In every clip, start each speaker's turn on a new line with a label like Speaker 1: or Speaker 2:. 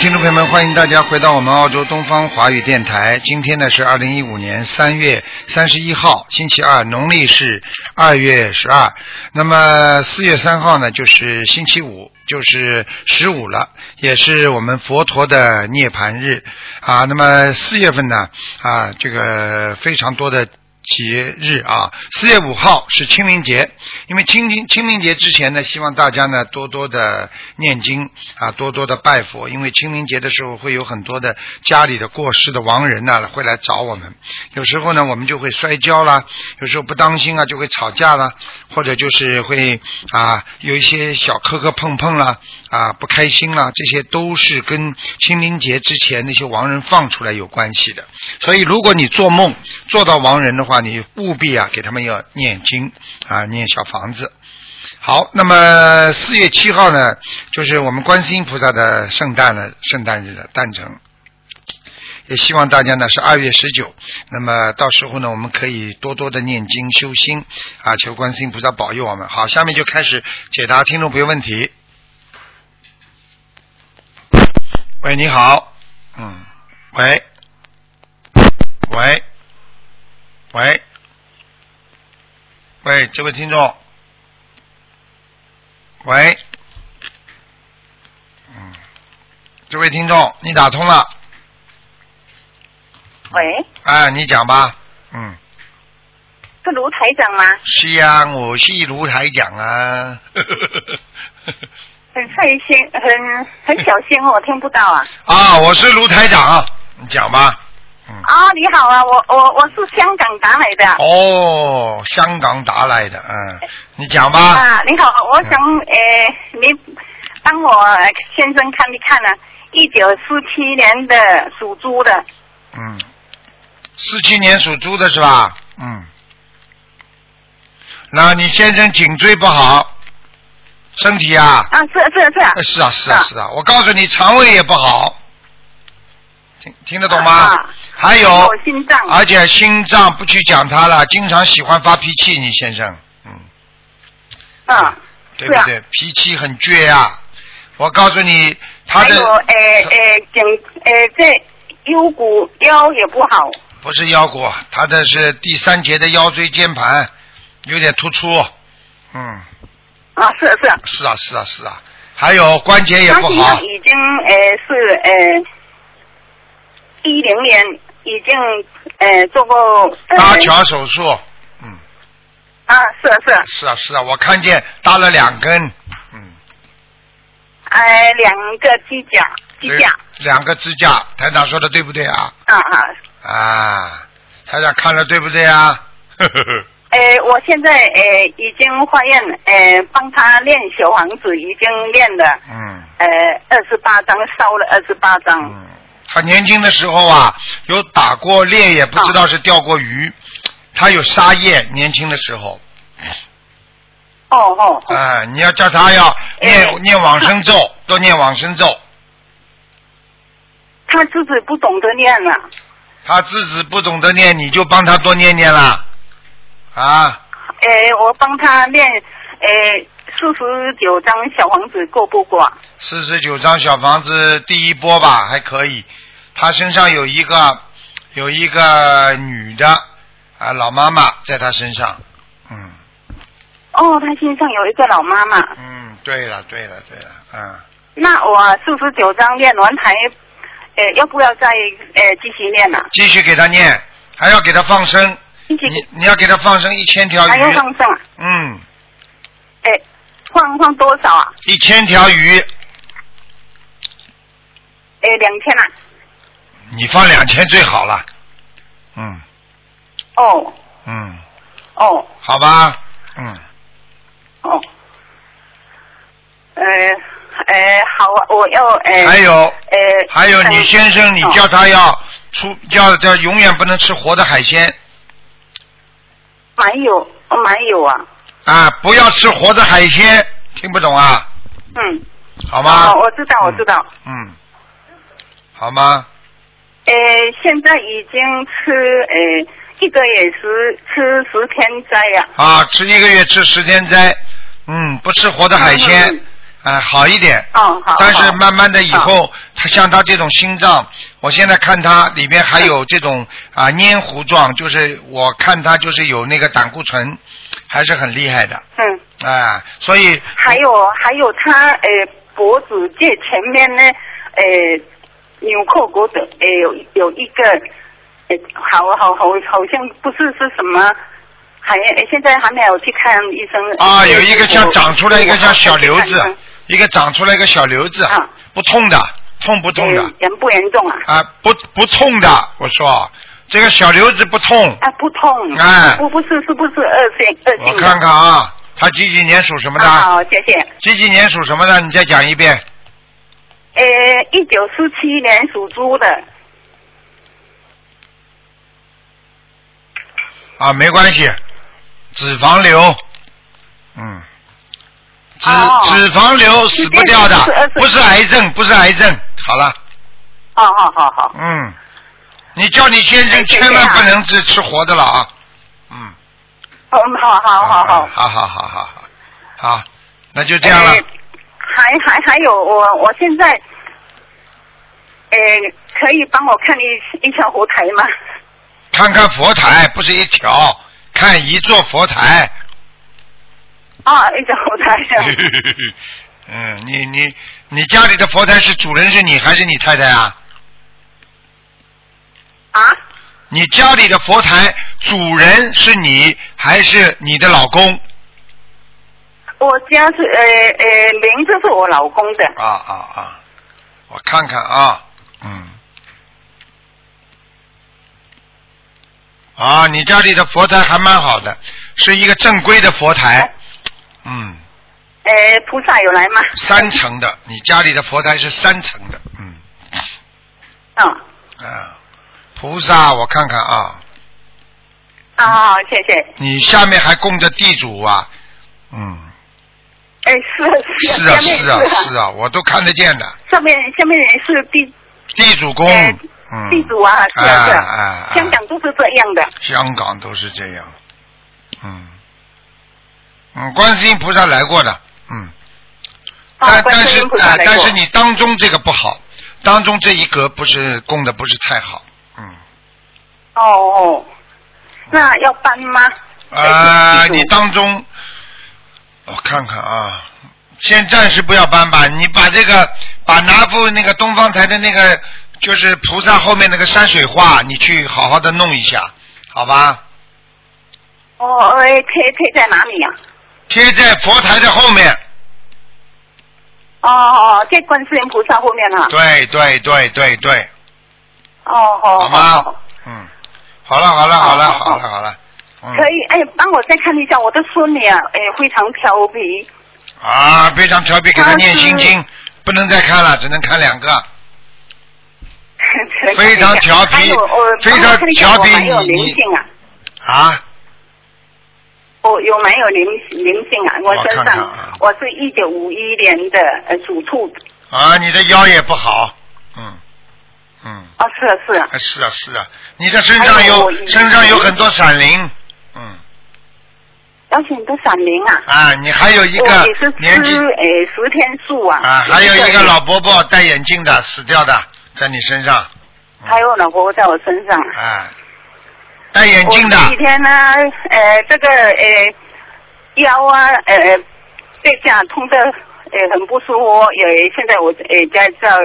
Speaker 1: 听众朋友们，欢迎大家回到我们澳洲东方华语电台。今天呢是二零一五年三月三十一号，星期二，农历是二月十二。那么四月三号呢，就是星期五，就是十五了，也是我们佛陀的涅槃日啊。那么四月份呢，啊，这个非常多的。节日啊，四月五号是清明节，因为清明清明节之前呢，希望大家呢多多的念经啊，多多的拜佛，因为清明节的时候会有很多的家里的过世的亡人呢、会来找我们，有时候呢我们就会摔跤啦，有时候不当心啊就会吵架啦，或者就是会啊有一些小磕磕碰碰啦啊不开心啦，这些都是跟清明节之前那些亡人放出来有关系的，所以如果你做梦做到亡人的话，你务必啊给他们要念经啊，念小房子。好，那么四月七号呢，就是我们观世音菩萨的圣诞的圣诞日的诞辰。也希望大家呢是二月十九，那么到时候呢，我们可以多多的念经修心啊，求观世音菩萨保佑我们。好，下面就开始解答听众朋友问题。喂，你好，嗯，喂，喂，喂，喂，这位听众，喂，嗯，这位听众，你打通了，
Speaker 2: 喂，
Speaker 1: 哎，你讲吧，嗯，
Speaker 2: 是卢台长吗？
Speaker 1: 是呀，我是卢台讲啊，
Speaker 2: 很费心，很很小心哦，我听不到啊。
Speaker 1: 啊，我是卢台长，你讲吧，嗯，
Speaker 2: 啊、你好啊，我我我是香港打来的。
Speaker 1: 哦，香港打来的，嗯，你讲吧，
Speaker 2: 啊，你好，我想呃，你帮我先生看一看呢、啊，一九四七年的属猪的，
Speaker 1: 嗯，四七年属猪的是吧？嗯，那你先生颈椎不好，身体啊，
Speaker 2: 啊，是是是，
Speaker 1: 呃是啊，是啊，
Speaker 2: 是
Speaker 1: 是啊，我告诉你，肠胃也不好，听听得懂吗？
Speaker 2: 啊
Speaker 1: 还
Speaker 2: 还
Speaker 1: 有
Speaker 2: 有，心脏
Speaker 1: 而且心脏不去讲他了，经常喜欢发脾气，你先生，嗯，
Speaker 2: 嗯，
Speaker 1: 对不对？脾气很倔啊！我告诉你，他
Speaker 2: 还有
Speaker 1: 的
Speaker 2: 呃呃颈呃这腰骨腰也不好，
Speaker 1: 不是腰骨，他的是第三节的腰椎间盘有点突出，嗯，
Speaker 2: 啊，是是，
Speaker 1: 是啊，是啊，是啊，还有关节也
Speaker 2: 他
Speaker 1: 不
Speaker 2: 现
Speaker 1: 好
Speaker 2: 在，已经呃是呃一零年已经呃做过呃
Speaker 1: 搭桥手术，嗯，
Speaker 2: 啊是是
Speaker 1: 是啊，是啊，我看见搭了两根，嗯，
Speaker 2: 呃两个机甲机甲
Speaker 1: 这两个支架，台长说的对不对啊？
Speaker 2: 啊啊
Speaker 1: 啊，台长看了对不对啊？ 呵呵呵。
Speaker 2: 呃我现在呃已经化验呃帮他练小房子已经练了
Speaker 1: 嗯
Speaker 2: 呃二十八张烧了二十八张
Speaker 1: 嗯，他年轻的时候啊，有打过猎，也不知道是钓过鱼，他有沙业，年轻的时候。
Speaker 2: 哦哦哦
Speaker 1: 啊、你要叫他要
Speaker 2: 哎
Speaker 1: 念念往生 咒，多念往生咒。
Speaker 2: 他自己不懂得念了
Speaker 1: 他自己不懂得念，你就帮他多念念啦。啊，
Speaker 2: 呃我帮他练呃四十九张小房子够不够啊？
Speaker 1: 四十九张小房子第一波吧，还可以。他身上有一个有一个女的啊，老妈妈在他身上。嗯
Speaker 2: 哦，他身上有一个老妈妈。
Speaker 1: 嗯，对了对了对了，嗯。
Speaker 2: 那我四十九张练完还，呃，要不要再呃继续练呢、
Speaker 1: 继续给他念，还要给他放生，
Speaker 2: 继续
Speaker 1: 你你要给他放生一千条
Speaker 2: 还要
Speaker 1: 鱼，
Speaker 2: 放上啊？
Speaker 1: 嗯，
Speaker 2: 哎、放放多少啊？
Speaker 1: 一千条鱼，
Speaker 2: 哎、两千啊？
Speaker 1: 你放两千最好了，嗯
Speaker 2: 哦
Speaker 1: 嗯，
Speaker 2: 哦
Speaker 1: 好吧，嗯，
Speaker 2: 哦。呃呃，好啊，我要呃
Speaker 1: 还有
Speaker 2: 呃
Speaker 1: 还有你先生，你叫
Speaker 2: 哦
Speaker 1: 他要出叫叫永远不能吃活的海鲜
Speaker 2: 没有哦没有啊？
Speaker 1: 啊，不要吃活的海鲜，听不懂啊，
Speaker 2: 嗯，
Speaker 1: 好吗？
Speaker 2: 哦，我知道，我知道。
Speaker 1: 嗯，好吗？
Speaker 2: 呃，现在已经吃呃一个月十吃十天斋呀、
Speaker 1: 啊，吃一个月吃十天斋，嗯，不吃活的海鲜
Speaker 2: 嗯，
Speaker 1: 啊、好一点。
Speaker 2: 哦，好。
Speaker 1: 但是
Speaker 2: 好
Speaker 1: 慢慢的以后，他像他这种心脏，我现在看他里边还
Speaker 2: 嗯
Speaker 1: 有这种啊黏糊状，就是我看他就是有那个胆固醇，还是很厉害的，
Speaker 2: 嗯，
Speaker 1: 啊，所以
Speaker 2: 还有还有他呃脖子这前面呢呃纽扣骨的呃有有一个呃好好好好像不是是什么。还呃现在还没有去看医生呃
Speaker 1: 啊有一个像长出来一个像小瘤
Speaker 2: 我还没去看医
Speaker 1: 子啊
Speaker 2: 生，
Speaker 1: 一个长出来一个小瘤子
Speaker 2: 啊，
Speaker 1: 不痛的，痛不痛的
Speaker 2: 嗯？严不严重啊？
Speaker 1: 啊，不不痛的，我说这个小瘤子不痛，
Speaker 2: 啊，不痛。
Speaker 1: 哎
Speaker 2: 不不是，是不是恶性恶性的？
Speaker 1: 我看看啊，他几几年属什么
Speaker 2: 嗯啊
Speaker 1: 的？
Speaker 2: 好，谢谢。
Speaker 1: 几几年属什么的？你再讲一遍。
Speaker 2: 呃，一九四七年属猪的，
Speaker 1: 啊，没关系，脂肪瘤，嗯，脂、
Speaker 2: 哦
Speaker 1: 脂肪瘤死不掉
Speaker 2: 是
Speaker 1: 的
Speaker 2: 是，是
Speaker 1: 不是癌症，不是癌症。好了，
Speaker 2: 哦，好好好，
Speaker 1: 嗯，你叫你先生
Speaker 2: 哎谢谢啊
Speaker 1: 千万不能吃吃活的了啊，嗯，
Speaker 2: 嗯，好好好好。
Speaker 1: 好好好好好，好，那就这样了
Speaker 2: 呃。还还还有，我我现在，呃，可以帮我看一一条佛台吗？
Speaker 1: 看看佛台，不是一条，看一座佛台。
Speaker 2: 啊，一条佛台。
Speaker 1: 嗯，你你你家里的佛台是主人是你还是你太太啊？
Speaker 2: 啊，
Speaker 1: 你家里的佛台主人是你还是你的老公？
Speaker 2: 我家是呃呃，名字是我老公的。
Speaker 1: 啊啊啊！我看看啊，嗯，啊，你家里的佛台还蛮好的，是一个正规的佛台，嗯，
Speaker 2: 呃，菩萨有来吗？
Speaker 1: 三层的，你家里的佛台是三层的，嗯
Speaker 2: 嗯。
Speaker 1: 啊，菩萨，我看看啊，
Speaker 2: 啊，好好，谢谢。
Speaker 1: 你下面还供着地主啊，嗯，
Speaker 2: 哎，是啊
Speaker 1: 是
Speaker 2: 啊
Speaker 1: 啊
Speaker 2: 下面
Speaker 1: 是啊是
Speaker 2: 啊，
Speaker 1: 啊，我都看得见的，
Speaker 2: 上面下面是地
Speaker 1: 地主公
Speaker 2: 哎，
Speaker 1: 嗯，
Speaker 2: 地主啊，是啊是
Speaker 1: 哎哎
Speaker 2: 啊，
Speaker 1: 哎
Speaker 2: 香港都是这样的。
Speaker 1: 香港都是这样，嗯，嗯，观世音菩萨来过的，嗯，
Speaker 2: 啊，
Speaker 1: 但
Speaker 2: 观
Speaker 1: 但
Speaker 2: 世
Speaker 1: 是
Speaker 2: 音菩萨
Speaker 1: 哎
Speaker 2: 来过
Speaker 1: 但是你当中这个不好，当中这一格不是供的不是太好，嗯，
Speaker 2: 哦哦，那要搬吗？
Speaker 1: 啊、
Speaker 2: 地主
Speaker 1: 你当中，我看看啊，先暂时不要搬吧，你把这个把拿副那个东方台的那个就是菩萨后面那个山水画，你去好好的弄一下，好吧？
Speaker 2: 哦，哎，贴贴在哪里呀？
Speaker 1: 贴在佛台的后面。
Speaker 2: 哦哦，在观世音菩萨后面啊。
Speaker 1: 对对对对对，
Speaker 2: 哦哦，
Speaker 1: 好吗
Speaker 2: 哦？
Speaker 1: 嗯，好了好了好了
Speaker 2: 好好
Speaker 1: 好了好了，嗯
Speaker 2: 可以，哎，帮我再看一下我的孙女啊，哎，非常调皮。
Speaker 1: 啊，非常调皮，给他
Speaker 2: 他
Speaker 1: 念
Speaker 2: 是
Speaker 1: 心经，不能再看了，只能看两个，非常调皮
Speaker 2: 还有呃
Speaker 1: 非常调皮
Speaker 2: 帮我看一下我还有
Speaker 1: 你你
Speaker 2: 灵性啊，
Speaker 1: 啊，
Speaker 2: 我有没有灵灵性啊？我身
Speaker 1: 我
Speaker 2: 上，
Speaker 1: 看看啊
Speaker 2: 我是一九五一年的呃属兔，
Speaker 1: 啊，你的腰也不好，嗯嗯，
Speaker 2: 哦，是啊是啊，
Speaker 1: 啊是啊是啊，你的身上
Speaker 2: 还有
Speaker 1: 有
Speaker 2: 我一
Speaker 1: 身上有很多闪灵，嗯
Speaker 2: 而且你的闪灵啊，
Speaker 1: 啊，你还有一
Speaker 2: 我
Speaker 1: 个
Speaker 2: 也是
Speaker 1: 年纪
Speaker 2: 吃诶十天素啊，
Speaker 1: 啊，还有一个老，伯伯戴眼镜的死掉的，在你身上，
Speaker 2: 还有老婆在我身上，
Speaker 1: 啊，戴眼
Speaker 2: 我
Speaker 1: 镜的
Speaker 2: 这几天呢，呃，这个呃腰啊，呃，这下痛的呃很不舒服，也现在我也在在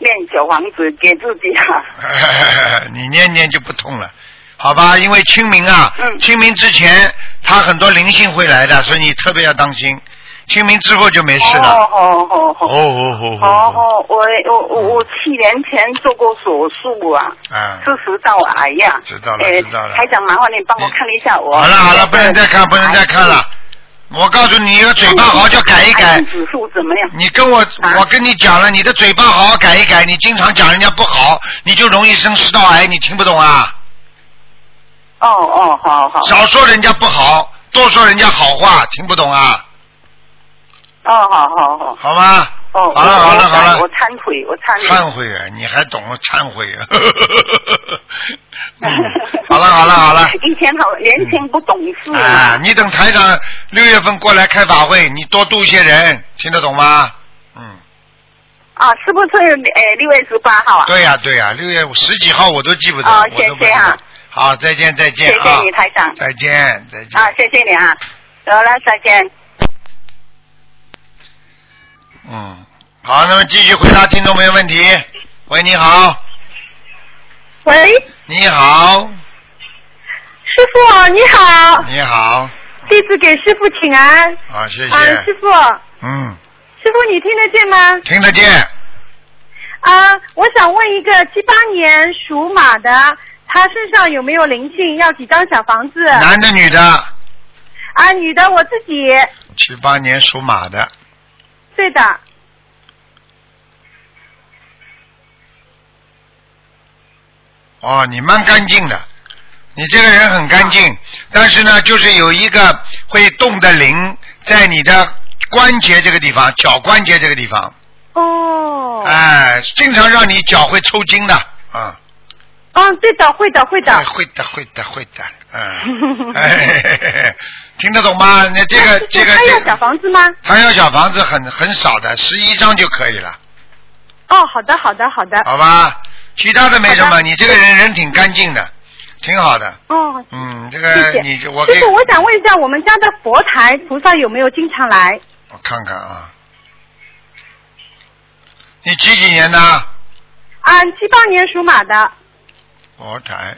Speaker 2: 练小王子给自己啊，
Speaker 1: 你念念就不痛了，好吧？因为清明啊，
Speaker 2: 嗯
Speaker 1: 清明之前他很多灵性会来的，所以你特别要当心。清明之后就没事了。
Speaker 2: 哦哦哦
Speaker 1: 哦
Speaker 2: 哦。
Speaker 1: 哦哦
Speaker 2: 哦，哦，我我我我七年前做过手术啊，
Speaker 1: 啊！
Speaker 2: 是食道癌呀、
Speaker 1: 知道了
Speaker 2: 呃
Speaker 1: 知道了
Speaker 2: 台长，麻烦你帮我看一下我。
Speaker 1: 好了好了，不能再看，不能再看了。我告诉你，你的嘴巴好好叫改一
Speaker 2: 呃癌
Speaker 1: 改
Speaker 2: 症。指数怎么样？
Speaker 1: 你跟我，
Speaker 2: 啊
Speaker 1: 我跟你讲了，你的嘴巴好好改一改。你经常讲人家不好，你就容易生食道癌。你听不懂啊？
Speaker 2: 哦哦，好好。
Speaker 1: 少说人家不好，多说人家好话，听不懂啊？
Speaker 2: 哦，好好好。
Speaker 1: 好吗？
Speaker 2: 哦，
Speaker 1: 好了
Speaker 2: 我
Speaker 1: 好了好了
Speaker 2: 我，忏悔，我忏悔。
Speaker 1: 忏悔啊！你还懂得忏悔 啊？嗯好了好了好了，
Speaker 2: 以前好年轻不懂事
Speaker 1: 啊，你等台长六月份过来开法会，你多度一些人，听得懂吗？嗯，
Speaker 2: 啊，是不是呃六月十八号啊？
Speaker 1: 对呀、对呀、六月十几号我都记不得，
Speaker 2: 哦
Speaker 1: 我都不知
Speaker 2: 谢谢
Speaker 1: 道。
Speaker 2: 啊
Speaker 1: 好，再见再见
Speaker 2: 谢
Speaker 1: 啊！
Speaker 2: 谢你台长
Speaker 1: 再见再见。
Speaker 2: 啊，谢谢你啊，好了，再见。
Speaker 1: 嗯，好，那么继续回答听众朋友问题。喂，你好，
Speaker 3: 喂，
Speaker 1: 你好，
Speaker 3: 师傅你好，
Speaker 1: 你好，
Speaker 3: 弟子给师傅请安。
Speaker 1: 啊，谢
Speaker 3: 啊，
Speaker 1: 谢
Speaker 3: 师，傅，师
Speaker 1: 嗯，
Speaker 3: 傅你听得见吗？
Speaker 1: 听得见，
Speaker 3: 啊，我想问一个七八年属马的，他身上有没有灵性？要几张小房子？
Speaker 1: 男的女的，
Speaker 3: 啊，女的我自己，
Speaker 1: 七八年属马的，
Speaker 3: 对的，
Speaker 1: 哦，你蛮干净的，你这个人很干
Speaker 3: 啊
Speaker 1: 净，但是呢，就是有一个会动的灵在你的关节这个地方，脚关节这个地方，
Speaker 3: 哦，
Speaker 1: 哎，经常让你脚会抽筋的，啊、
Speaker 3: 嗯，对的，会的，会的，
Speaker 1: 哎会的，会的，会的， 嗯，哎嘿嘿嘿嘿听得懂吗？那这个这个
Speaker 3: 他
Speaker 1: 这
Speaker 3: 要哎小
Speaker 1: 个，
Speaker 3: 房子吗？
Speaker 1: 他要小房子很很少的，十一张就可以了，
Speaker 3: 哦，好的，好的，好的，
Speaker 1: 好吧？其他的没什
Speaker 3: 好
Speaker 1: 么，
Speaker 3: 的
Speaker 1: 你这个人人挺干净的，挺好的，
Speaker 3: 哦，
Speaker 1: 嗯，这
Speaker 3: 谢
Speaker 1: 个
Speaker 3: 谢。
Speaker 1: 你我给
Speaker 3: 师傅，我想问一下，我们家的佛台菩萨有没有经常来？
Speaker 1: 我看看啊，你几几年的？
Speaker 3: 啊，七八年属马的。
Speaker 1: 佛台，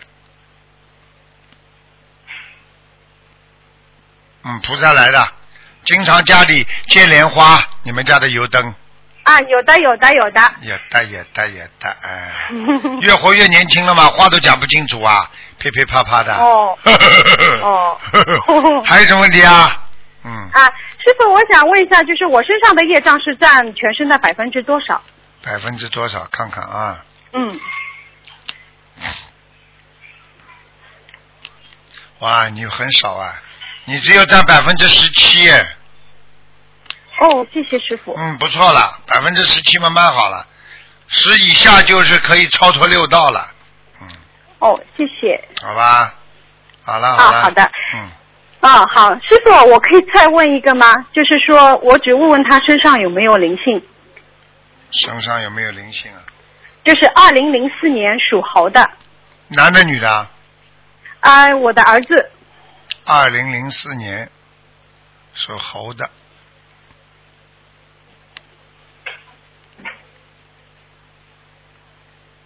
Speaker 1: 嗯，菩萨来的，经常家里接莲花，你们家的油灯
Speaker 3: 啊，有的，有的，有 的。
Speaker 1: 也带也带也带，哎，越活越年轻了嘛，话都讲不清楚啊，噼噼啪啪的。
Speaker 3: 哦
Speaker 1: 哦 还有什么问题啊？嗯，
Speaker 3: 啊，师傅，我想问一下，就是我身上的业障是占全身的百分之多少？
Speaker 1: 百分之多少？看看啊，
Speaker 3: 嗯，
Speaker 1: 哇，你很少啊，你只有占百分之十七，
Speaker 3: 哦，谢谢师傅。
Speaker 1: 嗯，不错了，百分之十七慢慢好了，十以下就是可以超脱六道了，
Speaker 3: 哦，谢谢。
Speaker 1: 好吧？好了好了，
Speaker 3: 好的
Speaker 1: 嗯，
Speaker 3: 啊，好，师傅，我可以再问一个吗？就是说我只问问他身上有没有灵性，
Speaker 1: 身上有没有灵性啊？
Speaker 3: 就是二零零四年属猴的，
Speaker 1: 男的女的啊？
Speaker 3: 啊，我的儿子，
Speaker 1: 二零零四年属猴的。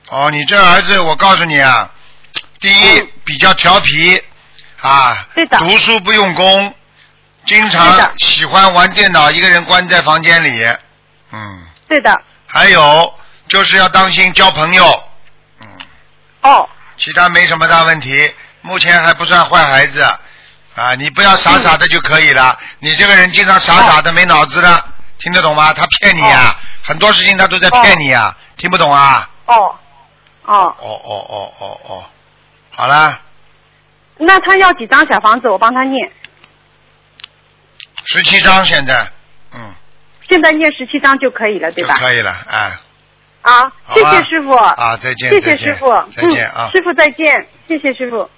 Speaker 1: 哦，你这儿子，我告诉你啊，第一比较调皮啊，
Speaker 3: 嗯对的
Speaker 1: 读书不用功，经
Speaker 3: 是
Speaker 1: 常
Speaker 3: 的
Speaker 1: 喜欢玩电脑，一个人关在房间里，嗯，
Speaker 3: 对的，
Speaker 1: 还有就是要当心交朋友，嗯，
Speaker 3: 哦，
Speaker 1: 其他没什么大问题，目前还不算坏孩子，啊，你不要傻傻的就可以了。你这个人经常傻傻的，没脑子
Speaker 3: 哦
Speaker 1: 的，听得懂吗？他骗你呀、很多事情他都在骗你呀、听不懂啊？
Speaker 3: 哦，哦，
Speaker 1: 哦哦哦哦哦，好啦，
Speaker 3: 那他要几张小房子？我帮他念，
Speaker 1: 十七章现在，嗯，
Speaker 3: 现在念十七张就可以了，对
Speaker 1: 就
Speaker 3: 吧？
Speaker 1: 可以了，啊
Speaker 3: 啊，
Speaker 1: 好吧
Speaker 3: 谢谢师傅。
Speaker 1: 啊，再见，
Speaker 3: 谢
Speaker 1: 再
Speaker 3: 谢
Speaker 1: 见
Speaker 3: 师傅，
Speaker 1: 再见啊
Speaker 3: 嗯，。师傅再见，谢谢师傅。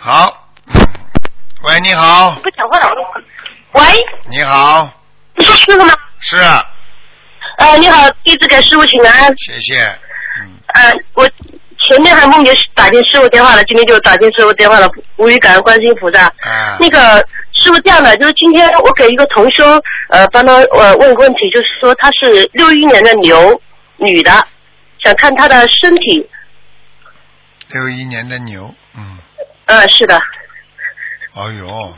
Speaker 1: 好，嗯喂，你好，
Speaker 4: 不讲话了。喂，
Speaker 1: 你好，
Speaker 4: 你是师傅吗？
Speaker 1: 是，
Speaker 4: 呃，你好，弟子给师傅请安。
Speaker 1: 谢谢，嗯，
Speaker 4: 呃，我前面还梦见打进师傅电话了，今天就打进师傅电话了，无语感恩观世音菩萨。
Speaker 1: 啊，
Speaker 4: 那个师傅这样的，就是今天我给一个同修，呃，帮他呃问个问题，就是说她是六一年的牛，女的，想看她的身体。
Speaker 1: 六一年的牛，嗯。
Speaker 4: 呃，是的，
Speaker 1: 哎呦，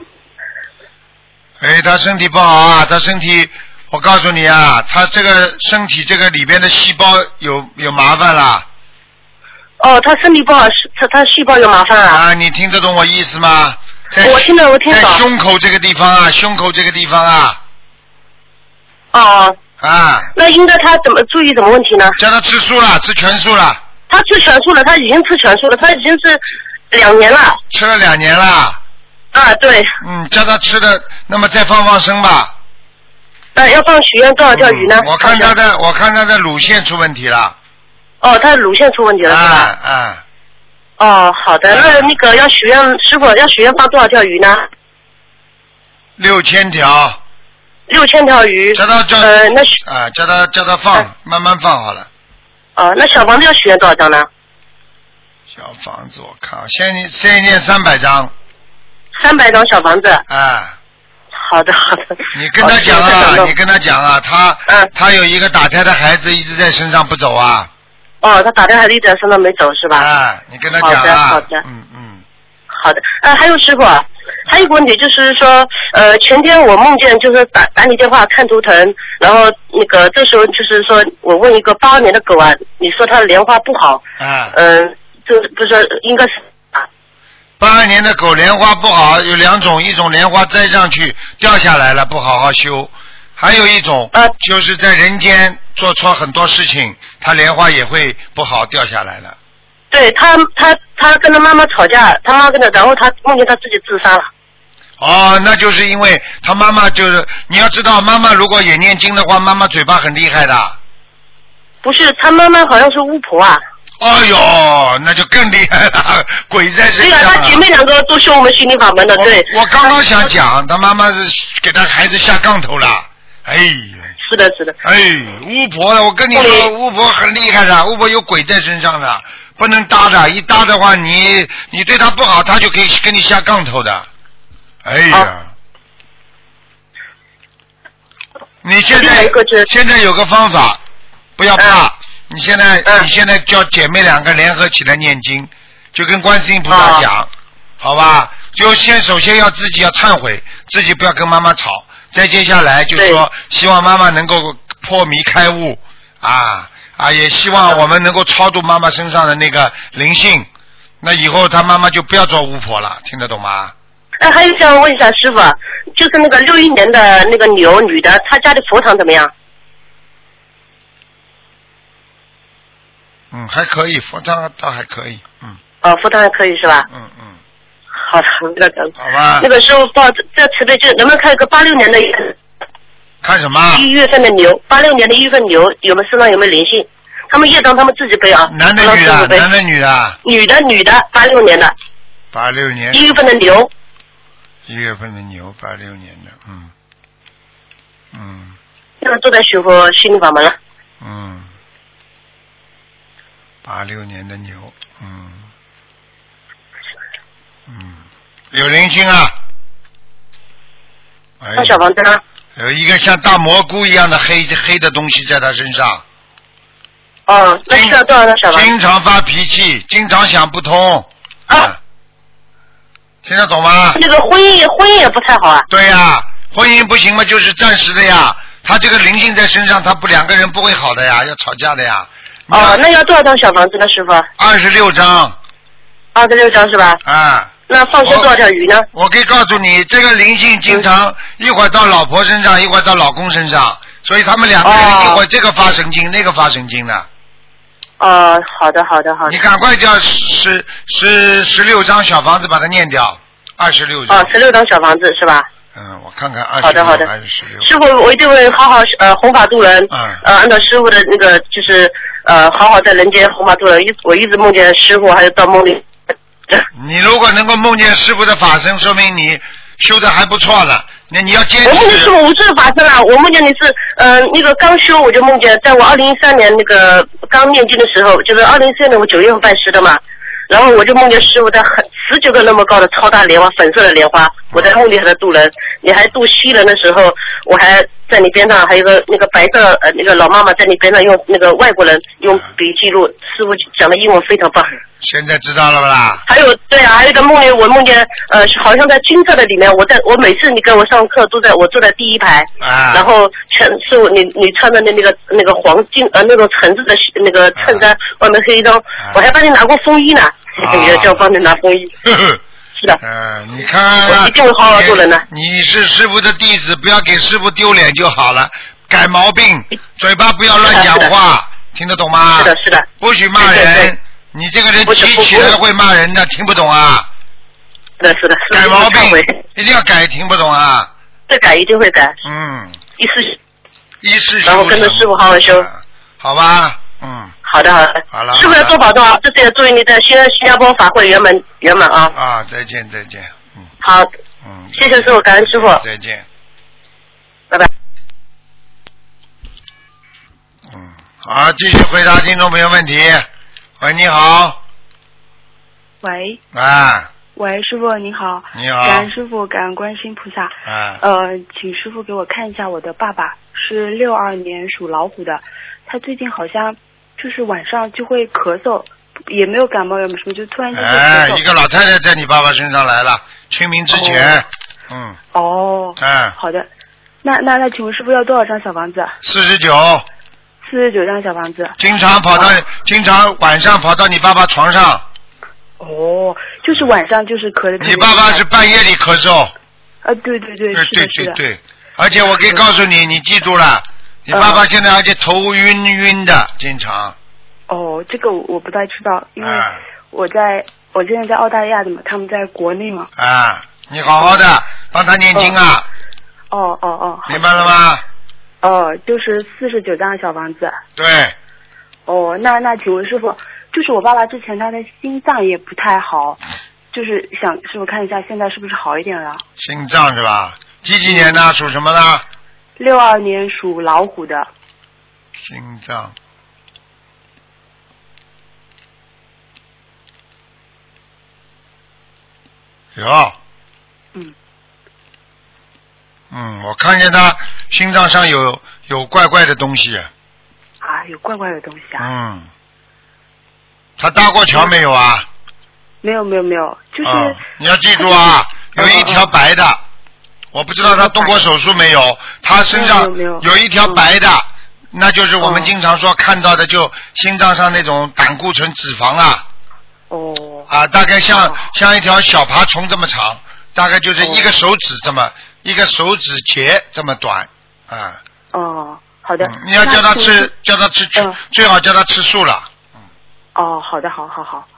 Speaker 1: 哎，他身体不好啊，他身体，我告诉你啊，他这个身体这个里边的细胞有有麻烦了
Speaker 4: 哦，她身体不好，是她她细胞有麻烦啊。
Speaker 1: 啊，你听得懂我意思吗？在
Speaker 4: 我听得我听
Speaker 1: 在
Speaker 4: 懂
Speaker 1: 胸口这个地方啊，胸口这个地方啊
Speaker 4: 哦，
Speaker 1: 啊，
Speaker 4: 那应该她怎么注意什么问题呢？
Speaker 1: 叫他吃素了，吃全素了，
Speaker 4: 他吃全素了，他已经吃全素了，他已经是两年了。
Speaker 1: 吃了两年了，
Speaker 4: 啊，对，
Speaker 1: 嗯，叫他吃的，那么再放放生吧。
Speaker 4: 呃，要放许愿多少条鱼呢？
Speaker 1: 嗯我看他的，我看他的乳腺出问题了，
Speaker 4: 哦，他的乳腺出问题
Speaker 1: 啊
Speaker 4: 了，是吧？
Speaker 1: 啊，
Speaker 4: 哦，好的，
Speaker 1: 哎
Speaker 4: 那那个要许愿，师傅要许愿放多少条鱼呢？
Speaker 1: 六千条，
Speaker 4: 六千条鱼。
Speaker 1: 叫他叫
Speaker 4: 呃，那是
Speaker 1: 啊，叫他叫他放
Speaker 4: 哎，
Speaker 1: 慢慢放好了。
Speaker 4: 哦、那小房子要许愿多少张呢？
Speaker 1: 小房子，我看啊，先先念三百张
Speaker 4: 三百张小房子。
Speaker 1: 啊。
Speaker 4: 好的，好的。
Speaker 1: 你跟他
Speaker 4: 好
Speaker 1: 讲
Speaker 4: 谢谢台
Speaker 1: 啊，
Speaker 4: 长
Speaker 1: 你跟他讲啊，他
Speaker 4: 嗯
Speaker 1: 他有一个打胎的孩子一直在身上不走啊
Speaker 4: 哦，他打电话一直身上没走是吧？
Speaker 1: 啊，你跟他讲啊，
Speaker 4: 好的好的
Speaker 1: 嗯嗯，
Speaker 4: 好的，呃，还有师傅啊，还有一个问题就是说，呃，前天我梦见就是打打你电话看图腾，然后那个这时候就是说我问一个八二年的狗啊，你说它的莲花不好，
Speaker 1: 啊，
Speaker 4: 嗯、这不是应该是啊，
Speaker 1: 八二年的狗莲花不好，有两种，一种莲花栽上去掉下来了，不好好修；还有一种
Speaker 4: 呃
Speaker 1: 就是在人间做错很多事情，它莲花也会不好掉下来了。
Speaker 4: 对他他他跟他妈妈吵架，他妈跟他，然后他梦见他自己自杀了，
Speaker 1: 哦，那就是因为他妈妈就是，你要知道，妈妈如果也念经的话，妈妈嘴巴很厉害的。
Speaker 4: 不是他妈妈好像是巫婆啊，
Speaker 1: 哎呦，那就更厉害了，鬼在身
Speaker 4: 对啊，
Speaker 1: 上
Speaker 4: 他姐妹
Speaker 1: 了。
Speaker 4: 两个都修我们心灵法门的，对，
Speaker 1: 我我刚刚想讲，他妈妈是给他孩子下杠头了。哎呀，
Speaker 4: 是的是的，
Speaker 1: 哎，巫婆了，我跟你说，
Speaker 4: 对
Speaker 1: 巫婆很厉害的，巫婆有鬼在身上的，不能搭的，一搭的话，你你对她不好，她就可以跟你下杠头的。哎呀
Speaker 4: 好，
Speaker 1: 你现
Speaker 4: 另外
Speaker 1: 在
Speaker 4: 一个就是
Speaker 1: 现在有个方法，不要怕，
Speaker 4: 嗯
Speaker 1: 你现在、
Speaker 4: 嗯
Speaker 1: 你现在叫姐妹两个联合起来念经，就跟观世音菩萨
Speaker 4: 啊
Speaker 1: 讲，好吧？就先首先要自己要忏悔，自己不要跟妈妈吵，再接下来就说希望妈妈能够破迷开悟啊啊，也希望我们能够超度妈妈身上的那个灵性。那以后她妈妈就不要做巫婆了，听得懂吗？
Speaker 4: 哎，还有想问一下师傅啊，就是那个六一年的那个牛女的，她家的佛堂怎么样？
Speaker 1: 嗯，还可以，佛堂倒还可以，嗯
Speaker 4: 哦，佛堂还可以是吧？
Speaker 1: 嗯嗯，
Speaker 4: 好的，那个
Speaker 1: 好吧
Speaker 4: 那。个师傅，报这慈悲就能不能看一个八六年的一个
Speaker 1: 看什么？
Speaker 4: 一月份的牛？八六年的一月份牛有没有身上有没有灵性？他们业障他们自己背啊，
Speaker 1: 男的
Speaker 4: 不让
Speaker 1: 女
Speaker 4: 师傅
Speaker 1: 的？
Speaker 4: 背
Speaker 1: 男的女的？
Speaker 4: 女的女的，八六年的
Speaker 1: 八六年
Speaker 4: 一月份的牛，
Speaker 1: 一月份的牛，八六年的，嗯嗯。
Speaker 4: 那个都在学佛心灵法门了。
Speaker 1: 嗯，八六年的牛，嗯，嗯，有灵性啊。哎
Speaker 4: 那，哦小房子呢？
Speaker 1: 有一个像大蘑菇一样的黑黑的东西在他身上，
Speaker 4: 哦，那需要多少张小房子？
Speaker 1: 经常发脾气，经常想不通。
Speaker 4: 啊，
Speaker 1: 听得懂吗？
Speaker 4: 那个婚姻婚姻也不太好啊。
Speaker 1: 对呀、婚姻不行嘛，就是暂时的呀。他这个灵性在身上，他不两个人不会好的呀，要吵架的呀。
Speaker 4: 哦，那要多少张小房子呢，师傅？
Speaker 1: 二十六章
Speaker 4: 二十六张是吧？
Speaker 1: 啊。
Speaker 4: 那放生多少条鱼呢？
Speaker 1: 我可以告诉你，这个灵性经
Speaker 4: 嗯
Speaker 1: 常一会儿到老婆身上，一会儿到老公身上，所以他们两个人
Speaker 4: 哦
Speaker 1: 一会儿这个发神经，那个发神经的。
Speaker 4: 哦，好的，好的，好
Speaker 1: 你
Speaker 4: 的。
Speaker 1: 赶快叫十十十十六张小房子把它念掉，二十六张
Speaker 4: 哦，。十六张小房子是吧？
Speaker 1: 嗯，我看看二十
Speaker 4: 好的好
Speaker 1: 六
Speaker 4: 的
Speaker 1: 还是十六。
Speaker 4: 师傅，我一定会好好呃弘法度人，
Speaker 1: 嗯
Speaker 4: 呃按照师傅的那个就是呃好好在人间弘法度人。一我一直梦见师傅，还有到梦里。
Speaker 1: 你如果能够梦见师傅的法身，说明你修的还不错了。那你要坚
Speaker 4: 我梦见师
Speaker 1: 持
Speaker 4: 傅。无数法身了，啊我梦见你是呃那个刚修，我就梦见，在我二零一三年那个刚念经的时候，就是二零一三年我九月份拜师的嘛，然后我就梦见师傅在很十九个那么高的超大莲花，粉色的莲花，我在梦里还在渡人，你还渡西人的时候，我还在你边上，还有个那个白色呃那个老妈妈在你边上用那个外国人用笔记录，师傅讲的英文非常棒。
Speaker 1: 现在知道了吧啦？
Speaker 4: 还有对啊，还有一个梦里我梦见呃，好像在金色的里面，我在我每次你跟我上课都在我坐在第一排，
Speaker 1: 啊。
Speaker 4: 然后穿是我你你穿的那那个那个黄金呃那种橙子的那个
Speaker 1: 啊
Speaker 4: 衬衫，外面黑一张，我还帮你拿过风衣呢，
Speaker 1: 啊
Speaker 4: 也叫我帮你拿风衣，
Speaker 1: 呵呵。
Speaker 4: 是 的，
Speaker 1: 嗯，你看，
Speaker 4: 我一定会好好做人的
Speaker 1: 你你是师傅的弟子，不要给师傅丢脸就好了。改毛病，嘴巴不要乱讲
Speaker 4: 哎是的
Speaker 1: 话，听得懂吗？
Speaker 4: 是的，是的，
Speaker 1: 不许骂人。
Speaker 4: 对对对
Speaker 1: 你这个人
Speaker 4: 不是
Speaker 1: 急
Speaker 4: 不
Speaker 1: 起
Speaker 4: 不
Speaker 1: 来会骂人的，听不懂啊？
Speaker 4: 是的，是的，是的
Speaker 1: 改毛病
Speaker 4: 忏悔，
Speaker 1: 一定要改，听不懂啊？
Speaker 4: 这改一定会改，
Speaker 1: 嗯，
Speaker 4: 一次
Speaker 1: 一世修
Speaker 4: 然后跟着
Speaker 1: 成
Speaker 4: 师傅好好修
Speaker 1: 啊好吧，嗯，
Speaker 4: 好的好的，
Speaker 1: 好了
Speaker 4: 师傅
Speaker 1: 好
Speaker 4: 要
Speaker 1: 了
Speaker 4: 多保重啊，这次也祝你在新新加坡法会圆满圆满啊，
Speaker 1: 啊，再见，再见，嗯
Speaker 4: 好，
Speaker 1: 嗯，
Speaker 4: 谢谢师傅，感恩师傅，
Speaker 1: 再见。
Speaker 4: 嗯。拜拜。
Speaker 1: 嗯，好，继续回答听众朋友问题。喂，你好，
Speaker 3: 喂
Speaker 1: 啊，
Speaker 3: 喂，师傅您好，
Speaker 1: 你好，
Speaker 3: 感恩师傅，感恩观世音菩萨。
Speaker 1: 啊，
Speaker 3: 呃，请师傅给我看一下我的爸爸是六二年属老虎的，他最近好像就是晚上就会咳嗽，也没有感冒，也没什么，就突然间就
Speaker 1: 哎，一
Speaker 3: 咳
Speaker 1: 个
Speaker 3: 嗽。
Speaker 1: 老太太在你爸爸身上来了，清明之前，嗯，
Speaker 3: 哦，
Speaker 1: 哎，
Speaker 3: 好的，那那那，请问师傅要多少张小房子？
Speaker 1: 四十九，
Speaker 3: 四十九张小房子。
Speaker 1: 经常跑到，经常晚上跑到你爸爸床上，
Speaker 3: 哦，就是晚上就是咳的。
Speaker 1: 你爸爸是半夜里咳嗽，
Speaker 3: 啊，对对对，
Speaker 1: 呃
Speaker 3: 是
Speaker 1: 对
Speaker 3: 的，是
Speaker 1: 对
Speaker 3: 的。
Speaker 1: 对，而且我可以告诉你，你记住了，你
Speaker 3: 嗯
Speaker 1: 爸爸现在而且头晕晕的，经常，
Speaker 3: 哦，这个我我不太知道，因为
Speaker 1: 啊
Speaker 3: 我在我现在在澳大利亚的嘛，他们在国内嘛。
Speaker 1: 啊，你好好的帮他念经啊，
Speaker 3: 哦哦哦，好
Speaker 1: 明白了吗？
Speaker 3: 哦，就是四十九张小房子。
Speaker 1: 对，
Speaker 3: 哦，那那请问师傅，就是我爸爸之前他的心脏也不太好，就是想师傅看一下现在是不是好一点了？
Speaker 1: 心脏是吧？几几年的？属什么的？
Speaker 3: 六二年属老虎的，
Speaker 1: 心脏。有。
Speaker 3: 嗯。
Speaker 1: 嗯，我看见他心脏上有有怪怪的东西。
Speaker 3: 啊，有怪怪的东西啊？
Speaker 1: 嗯。他搭过桥没有啊？
Speaker 3: 没有没有没有，就是、
Speaker 1: 嗯，你要记住啊，有一
Speaker 3: 嗯
Speaker 1: 条白的，我不知道他动过手术没有，他身上
Speaker 3: 没有没有嗯
Speaker 1: 有一条白的，那就是我们经常说看到的，就心脏上那种胆固醇脂肪啊
Speaker 3: 哦
Speaker 1: 啊，大概像像一条小爬虫这么长，大概
Speaker 3: 嗯
Speaker 1: 就是一个手指这么一个手指节这么短啊。
Speaker 3: 哦，好的
Speaker 1: 嗯，你要叫
Speaker 3: 那
Speaker 1: 他
Speaker 3: 请问
Speaker 1: 吃，叫他吃
Speaker 3: 嗯
Speaker 1: 最好叫他吃素了，
Speaker 3: 哦，好的，好好好。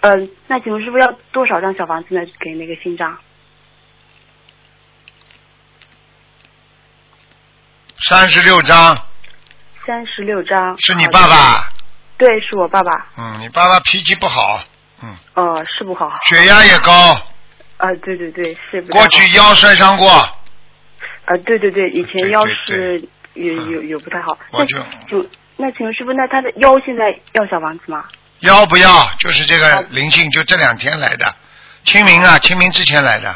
Speaker 3: 嗯、那请问师傅要多少张小房子呢？给那个新章？
Speaker 1: 三十六章
Speaker 3: 三十六张。
Speaker 1: 是你
Speaker 3: 好的
Speaker 1: 爸？爸，
Speaker 3: 对，是我爸爸。
Speaker 1: 嗯，你爸爸脾气不好，嗯，
Speaker 3: 哦，是不好。
Speaker 1: 血压也高。
Speaker 3: 啊，对对对，是不太好
Speaker 1: 过去腰摔伤过，
Speaker 3: 啊，对对对，以前腰是有
Speaker 1: 对嗯
Speaker 3: 有有不太好。
Speaker 1: 我就
Speaker 3: 那就那请问师傅，那他的腰现在要小房子吗？
Speaker 1: 腰不要，就是这个灵性，就这两天来的。清明啊，清明之前来的，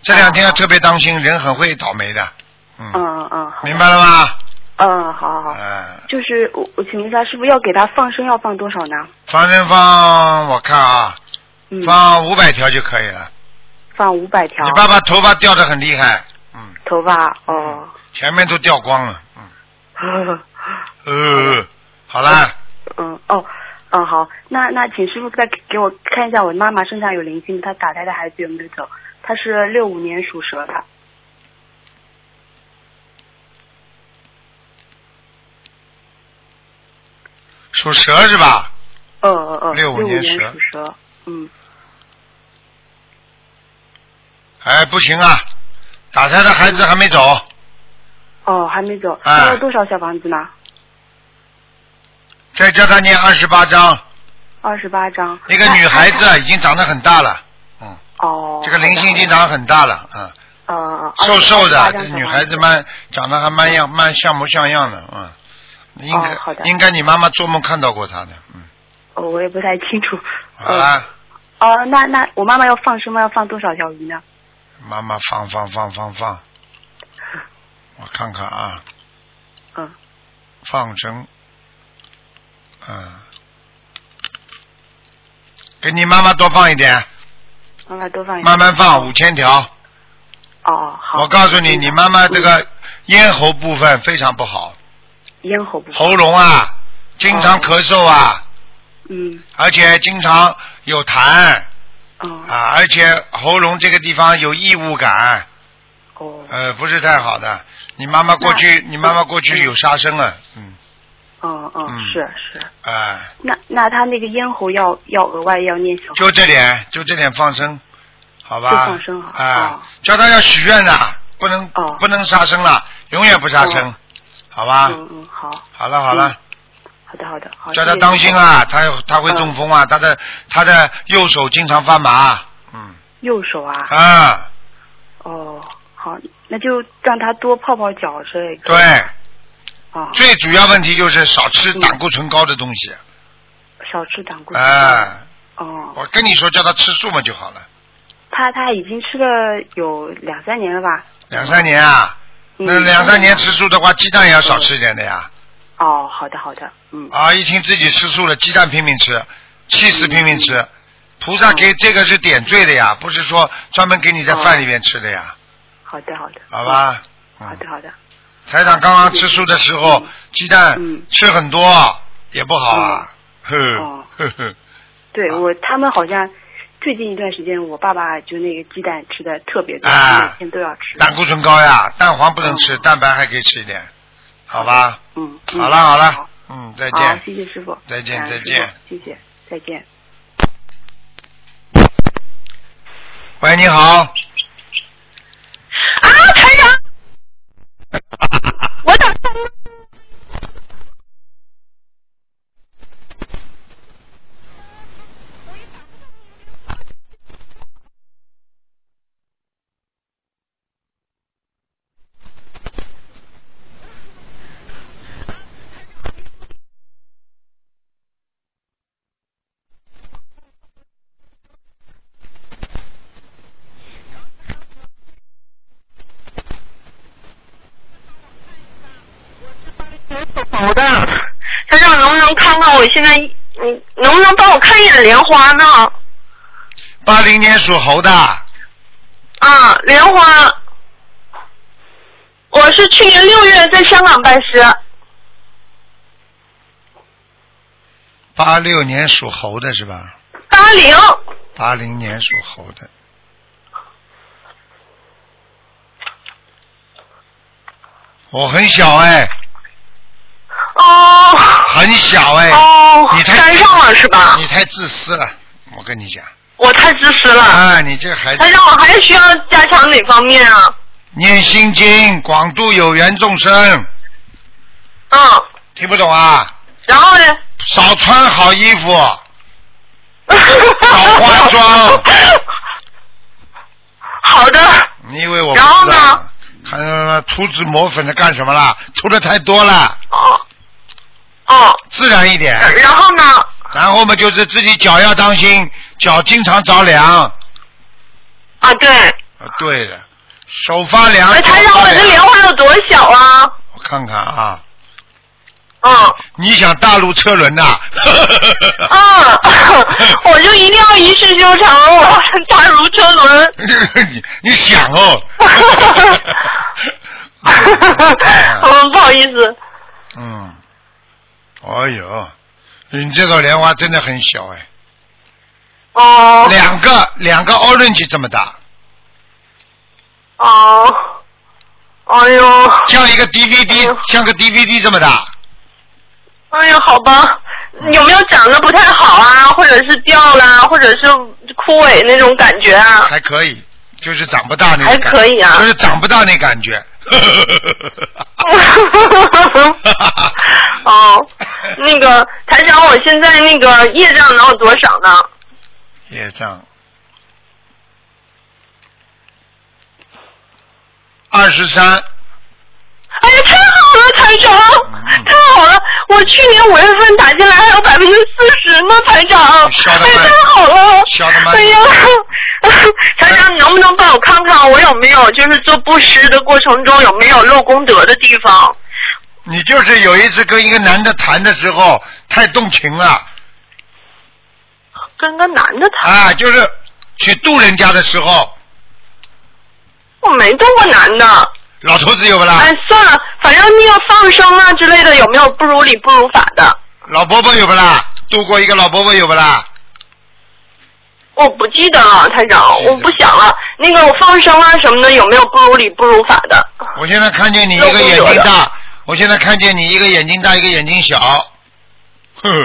Speaker 1: 这两天要特别当心，人很会倒霉的。
Speaker 3: 嗯
Speaker 1: 嗯，
Speaker 3: 嗯嗯，好的。
Speaker 1: 明白了吗？
Speaker 3: 嗯，好好好。
Speaker 1: 嗯，
Speaker 3: 就是我我请问一下，师傅要给他放生要放多少呢？
Speaker 1: 方正方，我看啊，
Speaker 3: 嗯，
Speaker 1: 放五百条就可以了。
Speaker 3: 放五百条
Speaker 1: 你。爸爸头发掉的很厉害，嗯，
Speaker 3: 头发哦。
Speaker 1: 前面都掉光了， 嗯，呃，好啦，
Speaker 3: 嗯哦。嗯，好，那那请师傅再给给我看一下我妈妈身上有灵性，她打胎的孩子有没有走？她是六五年属蛇的。
Speaker 1: 属蛇是吧？
Speaker 3: 呃呃呃，
Speaker 1: 65
Speaker 3: 五
Speaker 1: 年
Speaker 3: 年
Speaker 1: 蛇
Speaker 3: 属蛇，嗯，
Speaker 1: 哎，不行啊，打胎的孩子还没走，
Speaker 3: 哦，还没走，
Speaker 1: 哎
Speaker 3: 还要多少小房子呢？
Speaker 1: 再叫他念二十八章。
Speaker 3: 二十八张。
Speaker 1: 一个
Speaker 3: 那
Speaker 1: 女孩子已经长得很大了，嗯，
Speaker 3: 哦，
Speaker 1: 这个灵性已经
Speaker 3: 好的
Speaker 1: 长得很大了，嗯，
Speaker 3: 呃
Speaker 1: 瘦瘦的，这女孩。
Speaker 3: 28张小
Speaker 1: 子
Speaker 3: 房
Speaker 1: 蛮长得还蛮样蛮像模像样的，嗯，应该、
Speaker 3: 哦好的
Speaker 1: 应该你妈妈做梦看到过她的，嗯，
Speaker 3: 哦我也不太清楚。
Speaker 1: 好啊啦，
Speaker 3: 哦、那那我妈妈要放生吗？要放多少条鱼呢？
Speaker 1: 妈妈放放放放放，我看看啊，
Speaker 3: 嗯，
Speaker 1: 放生，嗯，给你妈妈多放一点，
Speaker 3: 妈妈多放一点。
Speaker 1: 慢慢放五千条，
Speaker 3: 哦，好。嗯
Speaker 1: 我告诉你，你妈妈这个咽喉部分非常不好，
Speaker 3: 咽喉不。
Speaker 1: 喉咙啊，经常咳嗽啊，
Speaker 3: 嗯
Speaker 1: 而且经常有痰
Speaker 3: 嗯
Speaker 1: 啊，而且喉咙这个地方有异物感，
Speaker 3: 哦
Speaker 1: 呃，不是太好的。你妈妈过去，你妈妈过去有杀生啊，嗯，
Speaker 3: 嗯
Speaker 1: 嗯
Speaker 3: 嗯是是。
Speaker 1: 哎、
Speaker 3: 那那她那个咽喉要要额外要念小。
Speaker 1: 就这点，就这点放生，好吧？
Speaker 3: 就放生好
Speaker 1: 哎、
Speaker 3: 哦
Speaker 1: 叫他要许愿的，不能、
Speaker 3: 哦
Speaker 1: 不能杀生了，永远不杀生，好吧？
Speaker 3: 嗯嗯好，
Speaker 1: 好了好了。
Speaker 3: 好的好的好。
Speaker 1: 啊叫他
Speaker 3: 谢谢
Speaker 1: 当心
Speaker 3: 哦
Speaker 1: 啊，他有他
Speaker 3: 嗯
Speaker 1: 会中风啊，他的他的右手经常发麻，嗯
Speaker 3: 右手啊。
Speaker 1: 啊，
Speaker 3: 哦，好，那就让他多泡泡脚之类的。
Speaker 1: 对，
Speaker 3: 啊，
Speaker 1: 最主要问题就是少吃胆固醇高的东西。
Speaker 3: 少吃胆嗯固醇。
Speaker 1: 哎，
Speaker 3: 哦，
Speaker 1: 我跟你说，叫他吃素嘛就好了。
Speaker 3: 他他已经吃了有两三年了吧？
Speaker 1: 两三年啊，
Speaker 3: 嗯
Speaker 1: 那两三年吃素的话，鸡蛋也要少吃一点的呀。
Speaker 3: 哦，好的好的，嗯，
Speaker 1: 啊，一听自己吃素了，鸡蛋拼命吃，气死拼命
Speaker 3: 嗯
Speaker 1: 吃。菩萨给这个是点缀的呀，不是说专门给你在
Speaker 3: 哦
Speaker 1: 饭里面吃的呀，
Speaker 3: 好的好的，
Speaker 1: 好吧？
Speaker 3: 好
Speaker 1: 嗯
Speaker 3: 的，好的，
Speaker 1: 台长刚刚吃素的时候，鸡蛋
Speaker 3: 嗯
Speaker 1: 吃很多也不好啊，呵
Speaker 3: 哦
Speaker 1: 呵呵，
Speaker 3: 对
Speaker 1: 好
Speaker 3: 我他们好像最近一段时间，我爸爸就那个鸡蛋吃的特别多，
Speaker 1: 啊
Speaker 3: 每天都要吃。
Speaker 1: 胆固醇高呀，蛋黄不能吃，
Speaker 3: 嗯
Speaker 1: 蛋白还可以吃一点，好吧？
Speaker 3: 嗯，嗯
Speaker 1: 好了好了
Speaker 3: 好，
Speaker 1: 嗯，再
Speaker 3: 好，
Speaker 1: 见。
Speaker 3: 谢谢师傅，
Speaker 1: 再见
Speaker 3: 感恩
Speaker 1: 再
Speaker 3: 师傅
Speaker 1: 见，
Speaker 3: 谢谢，再见。
Speaker 1: 喂，你好。
Speaker 4: 啊，台长，我打通了。好的，台长能不能看看我现在，嗯，能不能帮我看一眼莲花呢？
Speaker 1: 八零年属猴的，
Speaker 4: 啊，莲花，我是去年六月在香港拜师，
Speaker 1: 八六年属猴的是吧？
Speaker 4: 八零，
Speaker 1: 八零年属猴的。我很小哎，
Speaker 4: 哦，
Speaker 1: 很小哎，
Speaker 4: 哦
Speaker 1: 你，太
Speaker 4: 山上了是吧
Speaker 1: 你？太自私了，我跟你讲，
Speaker 4: 我太自私了，
Speaker 1: 啊，你这个孩子
Speaker 4: 台长，我还需要加强哪方面啊？
Speaker 1: 念心经，广度有缘众生，
Speaker 4: 嗯，
Speaker 1: 听不懂啊？
Speaker 4: 然后呢？
Speaker 1: 少穿好衣服，
Speaker 4: 搞
Speaker 1: 化妆。
Speaker 4: 好的，
Speaker 1: 你以为我不
Speaker 4: 然后
Speaker 1: 知道
Speaker 4: 呢
Speaker 1: 啊？还呃涂脂抹粉的干什么啦？涂的太多了，
Speaker 4: 哦，哦，
Speaker 1: 自然 一点。
Speaker 4: 然后呢？
Speaker 1: 然后嘛，就是自己脚要当心，脚经常着凉。
Speaker 4: 啊，对，
Speaker 1: 啊，对的，手发凉。
Speaker 4: 哎，台长，
Speaker 1: 手
Speaker 4: 我
Speaker 1: 发凉
Speaker 4: 这莲花有多小啊？
Speaker 1: 我看看啊，
Speaker 4: 嗯。
Speaker 1: 你想大陆车轮呐、
Speaker 4: 啊， 我就一定要一世修成， 我要大如车轮。
Speaker 1: 你 你想哦。
Speaker 4: 嗯，不好意思，
Speaker 1: 嗯，哎呦，你这朵莲花真的很小哎，
Speaker 4: 哦
Speaker 1: 两个两个 orange 这么大，
Speaker 4: 哦，哎呦，
Speaker 1: 像一个
Speaker 4: 哎
Speaker 1: DVD，
Speaker 4: 呦
Speaker 1: 像个 DVD 这么大。
Speaker 4: 哎呦，好吧，有没有长得不太好啊，或者是掉啦，或者是枯萎那种感觉啊？
Speaker 1: 还可以，就是长不大那个
Speaker 4: 还
Speaker 1: 感
Speaker 4: 可以啊
Speaker 1: 就是长不大那感觉。
Speaker 4: 哦，那个台长，我现在那个业障能有多少呢？
Speaker 1: 业障二十三，
Speaker 4: 哎呀，太好了，台长，太好了！我去年五月份打进来还有百分之四十呢，台长，
Speaker 1: 笑得慢
Speaker 4: 哎，太好了
Speaker 1: 笑得慢！
Speaker 4: 哎呀， 台长，你能不能帮我看看我有没有就是做布施的过程中有没有漏功德的地方？
Speaker 1: 你就是有一次跟一个男的谈的时候太动情了
Speaker 4: 跟个男的谈，
Speaker 1: 啊，就是去度人家的时候，
Speaker 4: 我没动过男的。
Speaker 1: 啊老头子有不啦？
Speaker 4: 哎，算了，反正那个放生啊之类的，有没有不如理不如法的？
Speaker 1: 老伯伯有不啦？度过一个老伯伯有不啦？
Speaker 4: 我不记得了，台长，我不想了。那个我放生啊什么的，有没有不如理不如法的？
Speaker 1: 我现在看见你一个眼睛大，我现在看见你一个眼睛大，一个眼睛小，哼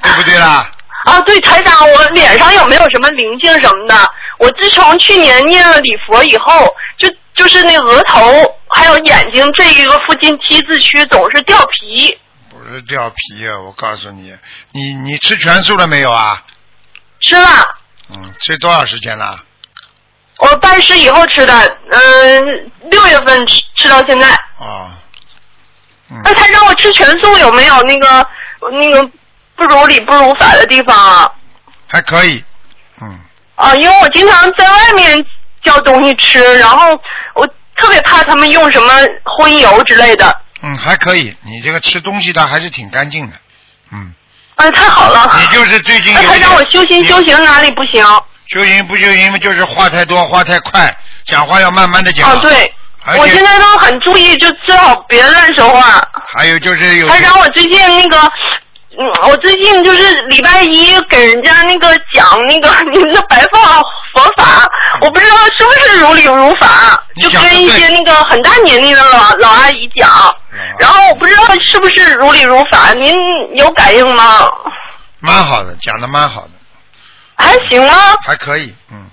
Speaker 1: 对不对啦？
Speaker 4: 啊，对，台长，我脸上有没有什么灵性什么的？我自从去年念了礼佛以后，就就是那额头还有眼睛这一个附近 T 字区总是掉皮，
Speaker 1: 不是掉皮啊！我告诉你，你你吃全素了没有啊？
Speaker 4: 是吧？
Speaker 1: 嗯，吃多少时间了？
Speaker 4: 我我拜师以后吃的，嗯、六月份吃吃到现在。
Speaker 1: 啊，嗯
Speaker 4: 那他让我吃全素，有没有那个那个不如理不如法的地方啊？
Speaker 1: 还可以，嗯，
Speaker 4: 啊，因为我经常在外面叫东西吃，然后我特别怕他们用什么荤油之类的。
Speaker 1: 嗯，还可以。你这个吃东西的还是挺干净的，嗯。
Speaker 4: 哎，太好了！
Speaker 1: 你就是最近有
Speaker 4: 那
Speaker 1: 一
Speaker 4: 他
Speaker 1: 点
Speaker 4: 让呃我修行，修行哪里不行？
Speaker 1: 修行不修行嘛，就是话太多，话太快，讲话要慢慢的讲。
Speaker 4: 啊，对，
Speaker 1: 而且
Speaker 4: 我现在都很注意，就最好别乱说话。
Speaker 1: 还有就是有
Speaker 4: 他让啊我最近那个，嗯，我最近就是礼拜一给人家那个讲那个 你们的白话佛法，我不知道是不是如理如法，
Speaker 1: 你
Speaker 4: 就
Speaker 1: 讲得
Speaker 4: 跟一
Speaker 1: 对啊
Speaker 4: 些那个很大年龄的老老阿姨讲，
Speaker 1: 嗯
Speaker 4: 然后我不知道是不是如理如法，您有感应吗？
Speaker 1: 蛮好的，讲的蛮好的，
Speaker 4: 还行吗？
Speaker 1: 还可以，嗯，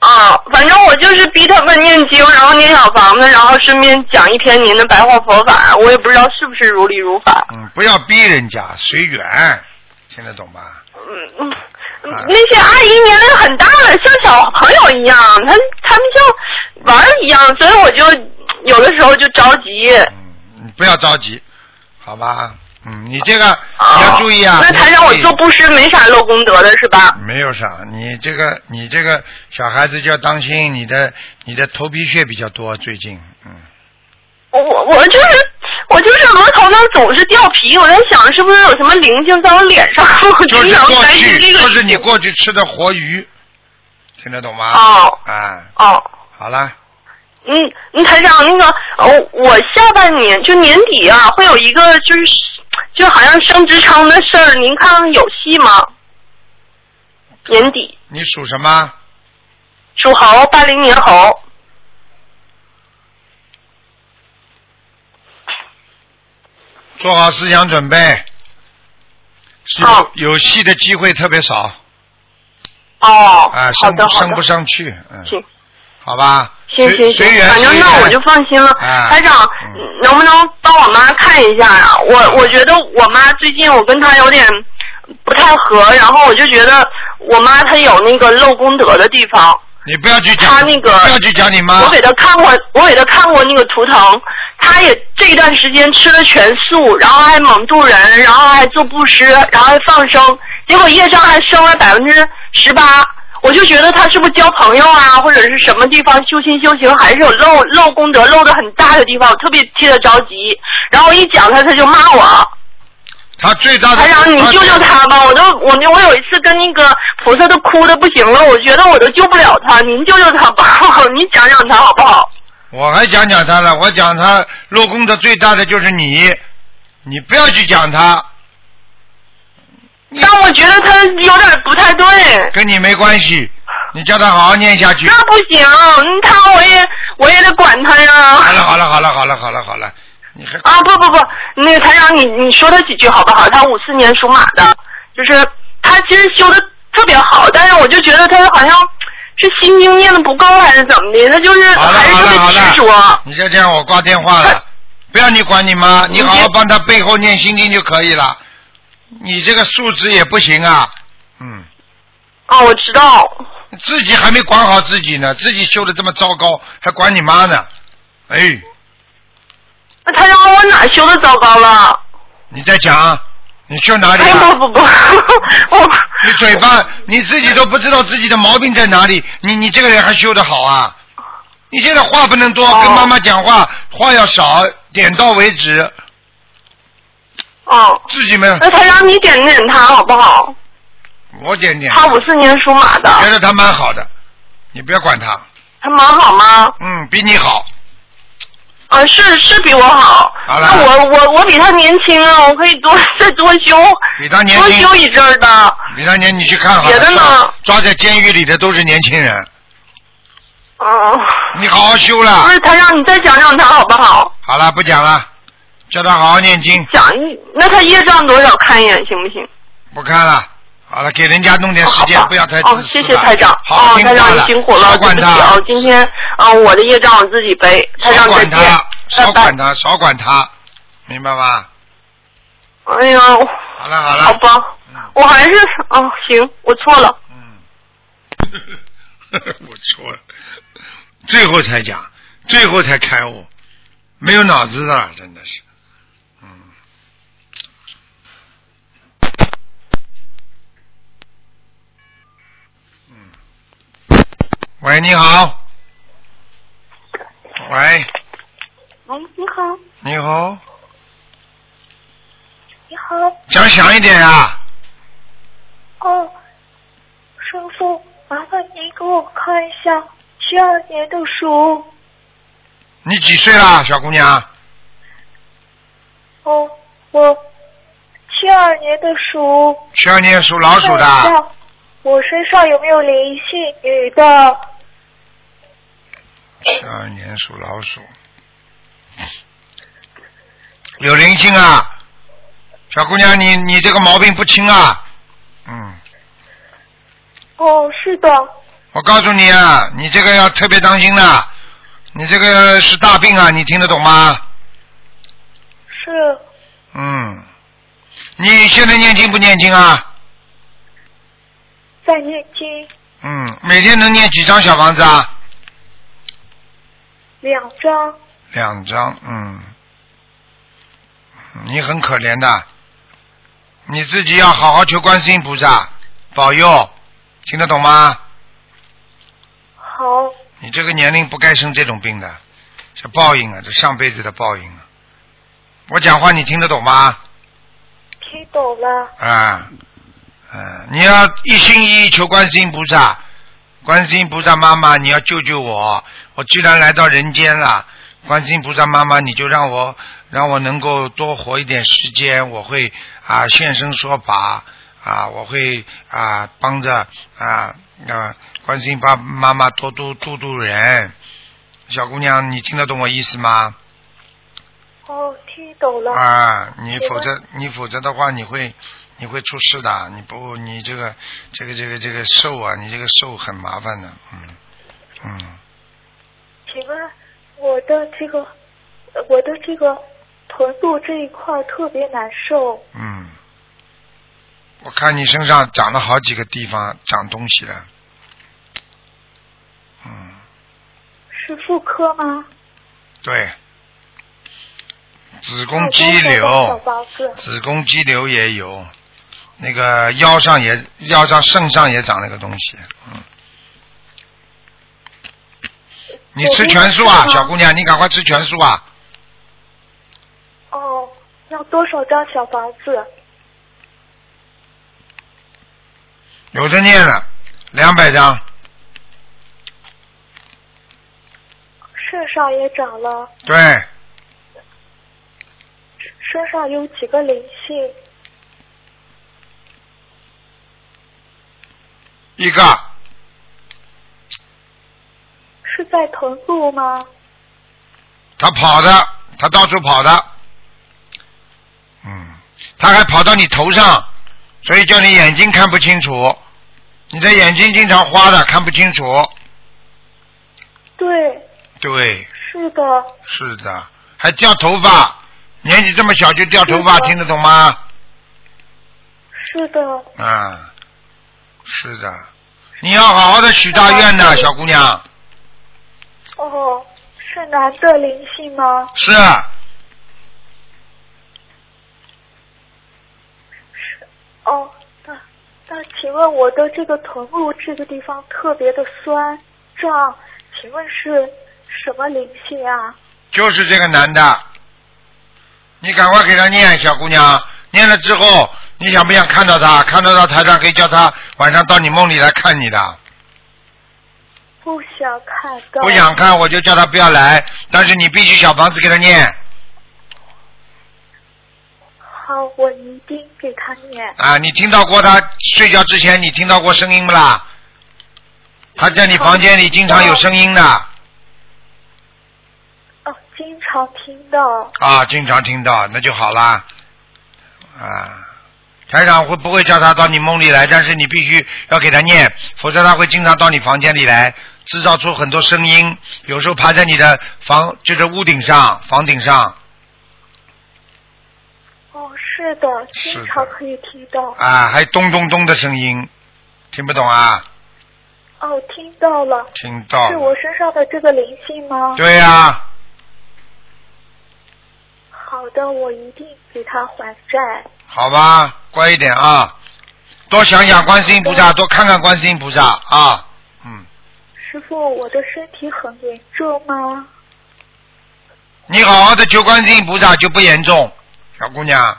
Speaker 4: 啊，反正我就是逼他们念经，然后念小房子，然后顺便讲一篇您的白话佛法，我也不知道是不是如理如法。
Speaker 1: 嗯，不要逼人家，随缘，听得懂吧？哎
Speaker 4: 嗯，嗯，那些阿姨年龄很大了，像小朋友一样，她她们像玩儿一样，所以我就有的时候就着急。啊
Speaker 1: 嗯，你不要着急，好吧？嗯，你这个你要注意啊。
Speaker 4: 哦那他让我
Speaker 1: 你
Speaker 4: 做布施没啥漏功德的是吧？
Speaker 1: 没有啥，你这个你这个小孩子就要当心，你的你的头皮屑比较多，最近，嗯，
Speaker 4: 我我我就是我就是额头上总是掉皮，我在想是不是有什么灵性在我脸上， 我
Speaker 1: 就
Speaker 4: 经
Speaker 1: 是
Speaker 4: 常
Speaker 1: 过
Speaker 4: 担心
Speaker 1: 去
Speaker 4: 这个。
Speaker 1: 就是你过去吃的活鱼，听得懂吗？
Speaker 4: 哦
Speaker 1: 啊，
Speaker 4: 哦。
Speaker 1: 好啦，
Speaker 4: 嗯，嗯，台长，那个，呃，我下半年就年底啊，会有一个就是就好像升职称的事儿，您看有戏吗？年底
Speaker 1: 你属什么？
Speaker 4: 属猴，八零年猴。
Speaker 1: 做好思想准备，是
Speaker 4: 好
Speaker 1: 有戏的机会特别少
Speaker 4: 哦，
Speaker 1: 啊，
Speaker 4: 好
Speaker 1: 升
Speaker 4: 的好
Speaker 1: 升不
Speaker 4: 的，
Speaker 1: 上去，嗯，
Speaker 4: 行
Speaker 1: 好吧，
Speaker 4: 行
Speaker 1: 随
Speaker 4: 行
Speaker 1: 随
Speaker 4: 行，
Speaker 1: 缘，
Speaker 4: 反正
Speaker 1: 随
Speaker 4: 那
Speaker 1: 缘
Speaker 4: 我就放心了。
Speaker 1: 啊
Speaker 4: 台长
Speaker 1: 嗯，
Speaker 4: 能不能帮我妈看一下呀、我我觉得我妈最近我跟她有点不太合，然后我就觉得我妈她有那个漏功德的地方。
Speaker 1: 你不要去讲，
Speaker 4: 他那个
Speaker 1: 不要去讲你妈，
Speaker 4: 我给他看过，我给他看过那个图腾，他也这一段时间吃了全素，然后还猛度人，然后还做布施，然后还放生，结果业障还升了百分之十八。我就觉得他是不是交朋友啊，或者是什么地方修心修行，还是有漏漏功德漏的很大的地方，我特别替他着急。然后一讲他，他就骂我。
Speaker 1: 他最大的，
Speaker 4: 台长，你救救他吧！我都我我有一次跟那个菩萨都哭的不行了，我觉得我都救不了他，您救救他吧， 您讲讲他好不好？
Speaker 1: 我还讲讲他了，我讲他落功的最大的就是你，你不要去讲他，
Speaker 4: 但我觉得他有点不太对，
Speaker 1: 跟你没关系，你叫他好好念下去。
Speaker 4: 那不行，嗯他我也我也得管他
Speaker 1: 好
Speaker 4: 呀。
Speaker 1: 了好了好了好了好了好了，你还
Speaker 4: 啊，不不不，那个台长，你你说他几句好不好？他五四年属马的，就是他其实修的特别好，但是我就觉得他好像是心经念的不够还是怎么的，他就是
Speaker 1: 好了
Speaker 4: 哎还是哎
Speaker 1: 好了好
Speaker 4: 特别执着
Speaker 1: 了。，你就这样，我挂电话了。不要你管你妈，你好好帮他背后念心经就可以了。你这个素质也不行啊，嗯，
Speaker 4: 哦，我知道，
Speaker 1: 自己还没管好自己呢，自己修的这么糟糕，还管你妈呢，哎，
Speaker 4: 那台长我哪修的糟糕了？
Speaker 1: 你再讲，你修哪里啊
Speaker 4: 哎
Speaker 1: 了
Speaker 4: 不？不不， 我
Speaker 1: 你嘴巴你自己都不知道自己的毛病在哪里，你你这个人还修得好啊？你现在话不能多，
Speaker 4: 哦
Speaker 1: 跟妈妈讲话话要少，点到为止，
Speaker 4: 哦，
Speaker 1: 自己没有
Speaker 4: 那台长你点点他好不好？
Speaker 1: 我点点，
Speaker 4: 他五四年属马的，
Speaker 1: 觉得他蛮好的，你不要管他，
Speaker 4: 他蛮好吗？
Speaker 1: 嗯，比你好，
Speaker 4: 啊，是是比我好。
Speaker 1: 好了
Speaker 4: 那我我我比他年轻啊，我可以多 再多修，
Speaker 1: 比他年
Speaker 4: 多
Speaker 1: 轻
Speaker 4: 修一阵儿的。
Speaker 1: 你当年你去看好
Speaker 4: 别
Speaker 1: 了，
Speaker 4: 的呢
Speaker 1: 抓抓在监狱里的都是年轻人，
Speaker 4: 嗯，
Speaker 1: 你好好修
Speaker 4: 不
Speaker 1: 了，
Speaker 4: 是他让你再讲讲他好不好？
Speaker 1: 好了，不讲了，叫他好好念经，
Speaker 4: 讲一，那他业障多少看一眼行不行？
Speaker 1: 不看了。好了，给人家弄点
Speaker 4: 哦
Speaker 1: 时
Speaker 4: 好
Speaker 1: 间，
Speaker 4: 吧
Speaker 1: 不要太自私
Speaker 4: 哦
Speaker 1: 了。，
Speaker 4: 谢谢台长。
Speaker 1: 好好
Speaker 4: 哦，
Speaker 1: 听
Speaker 4: 台
Speaker 1: 话
Speaker 4: 长你
Speaker 1: 了
Speaker 4: 辛苦了，
Speaker 1: 少管
Speaker 4: 对不起
Speaker 1: 他。
Speaker 4: 哦。今天啊，我的业障我自己背。
Speaker 1: 少
Speaker 4: 台长再
Speaker 1: 管
Speaker 4: 见
Speaker 1: 他，，
Speaker 4: 拜
Speaker 1: 少
Speaker 4: 拜
Speaker 1: 管。他，少管他，明白吗？
Speaker 4: 哎呀，
Speaker 1: 好了好了，
Speaker 4: 好吧，我还是哦，行，我错了。
Speaker 1: 嗯， 我错了，最后才讲，最后才开悟，没有脑子的，真的是。嗯。嗯。喂，你好。喂，
Speaker 5: 喂，你好，
Speaker 1: 你好，
Speaker 5: 你好，
Speaker 1: 讲响一点啊！
Speaker 5: 哦，叔叔，麻烦您给我看一下七二年的鼠。
Speaker 1: 你几岁啦，小姑娘？
Speaker 5: 哦，我七二年的鼠。
Speaker 1: 十二年属老鼠
Speaker 5: 看一
Speaker 1: 的，
Speaker 5: 下我身上有没有灵性？女的，
Speaker 1: 十二年属老鼠，有灵性啊！小姑娘，你你这个毛病不轻啊！嗯，
Speaker 5: 哦，是的，
Speaker 1: 我告诉你啊，你这个要特别当心的，你这个是大病啊，你听得懂吗？
Speaker 5: 是
Speaker 1: 嗯，你现在念经不念经啊？
Speaker 5: 在念经
Speaker 1: 嗯，每天能念几张小房子啊？
Speaker 5: 两张，
Speaker 1: 两张，嗯，你很可怜的，你自己要好好求观世音菩萨保佑，听得懂吗？
Speaker 5: 好，
Speaker 1: 你这个年龄不该生这种病的，这报应啊，这上辈子的报应啊！我讲话你听得懂吗？
Speaker 5: 听懂了，
Speaker 1: 啊，嗯，你要一心一意求观世音菩萨，观世音菩萨妈妈，你要救救我！我居然来到人间了，观世音菩萨妈妈，你就让我让我能够多活一点时间，我会啊现身说法啊，我会啊帮着啊啊观世音爸妈妈多多度度人。小姑娘，你听得懂我意思吗？
Speaker 5: 哦，听懂了，
Speaker 1: 啊，你
Speaker 5: 对
Speaker 1: 否
Speaker 5: 吧
Speaker 1: 则你否则的话，你会你会出事的。你不，你这个这个这个这个寿啊，你这个寿很麻烦的。嗯嗯，
Speaker 5: 请问我的这个，呃我的这个臀部这一块特别难受，
Speaker 1: 嗯，我看你身上长了好几个地方长东西了。嗯，
Speaker 5: 是妇科吗？
Speaker 1: 对，子
Speaker 5: 那
Speaker 1: 宫
Speaker 5: 我
Speaker 1: 肌
Speaker 5: 多少张小
Speaker 1: 瘤，
Speaker 5: 房子
Speaker 1: 子宫肌瘤也有，那个腰上也腰上肾上也长了个东西。嗯，你吃全素啊，小姑娘，你赶快吃全素啊！
Speaker 5: 哦，要多少张小房子？
Speaker 1: 有的念了，两百张，
Speaker 5: 肾上也长了，
Speaker 1: 对，
Speaker 5: 身上有几个灵性？
Speaker 1: 一个
Speaker 5: 是在臀部吗？
Speaker 1: 他跑的，他到处跑的，嗯，他还跑到你头上，所以叫你眼睛看不清楚，你的眼睛经常花的看不清楚，
Speaker 5: 对，
Speaker 1: 对，
Speaker 5: 是的，
Speaker 1: 是的，还掉头发，年纪这么小就掉头发
Speaker 5: 是，的
Speaker 1: 听得懂吗？
Speaker 5: 是的，
Speaker 1: 啊，是的，你要好好的许大愿
Speaker 5: 好
Speaker 1: 呐，
Speaker 5: 的
Speaker 1: 小姑娘。
Speaker 5: 哦，是男的灵性吗？
Speaker 1: 是，
Speaker 5: 哦，那那请问我的这个臀部这个地方特别的酸胀，请问是什么灵性啊？
Speaker 1: 就是这个男的，你赶快给他念，小姑娘，念了之后，你想不想看到他？看到他台上可以叫他晚上到你梦里来看你的。
Speaker 5: 不想看到。
Speaker 1: 不想看我就叫他不要来，但是你必须小房子给他念
Speaker 5: 好，我一定给他念。
Speaker 1: 啊！你听到过他睡觉之前你听到过声音不啦？他在你房间里经常有声音的。
Speaker 5: 哦，经常听到。
Speaker 1: 啊，经常听到，那就好啦。啊，台长会不会叫他到你梦里来？但是你必须要给他念，否则他会经常到你房间里来，制造出很多声音，有时候爬在你的房，就是屋顶上、房顶上
Speaker 5: 哦，是的，
Speaker 1: 是的
Speaker 5: 经常可以听到。
Speaker 1: 啊，还咚咚咚的声音，听不懂啊？
Speaker 5: 哦，听到了，
Speaker 1: 听到
Speaker 5: 是
Speaker 1: 了
Speaker 5: 我身上的这个灵性吗？
Speaker 1: 哦对呀、
Speaker 5: 好的，我一定给他还债。
Speaker 1: 好吧，乖一点啊，多想想观世音菩萨，多看看观世音菩萨啊，嗯，
Speaker 5: 师傅，我的身体很严重吗？
Speaker 1: 你好好的求观世音菩萨就不严重，小姑娘，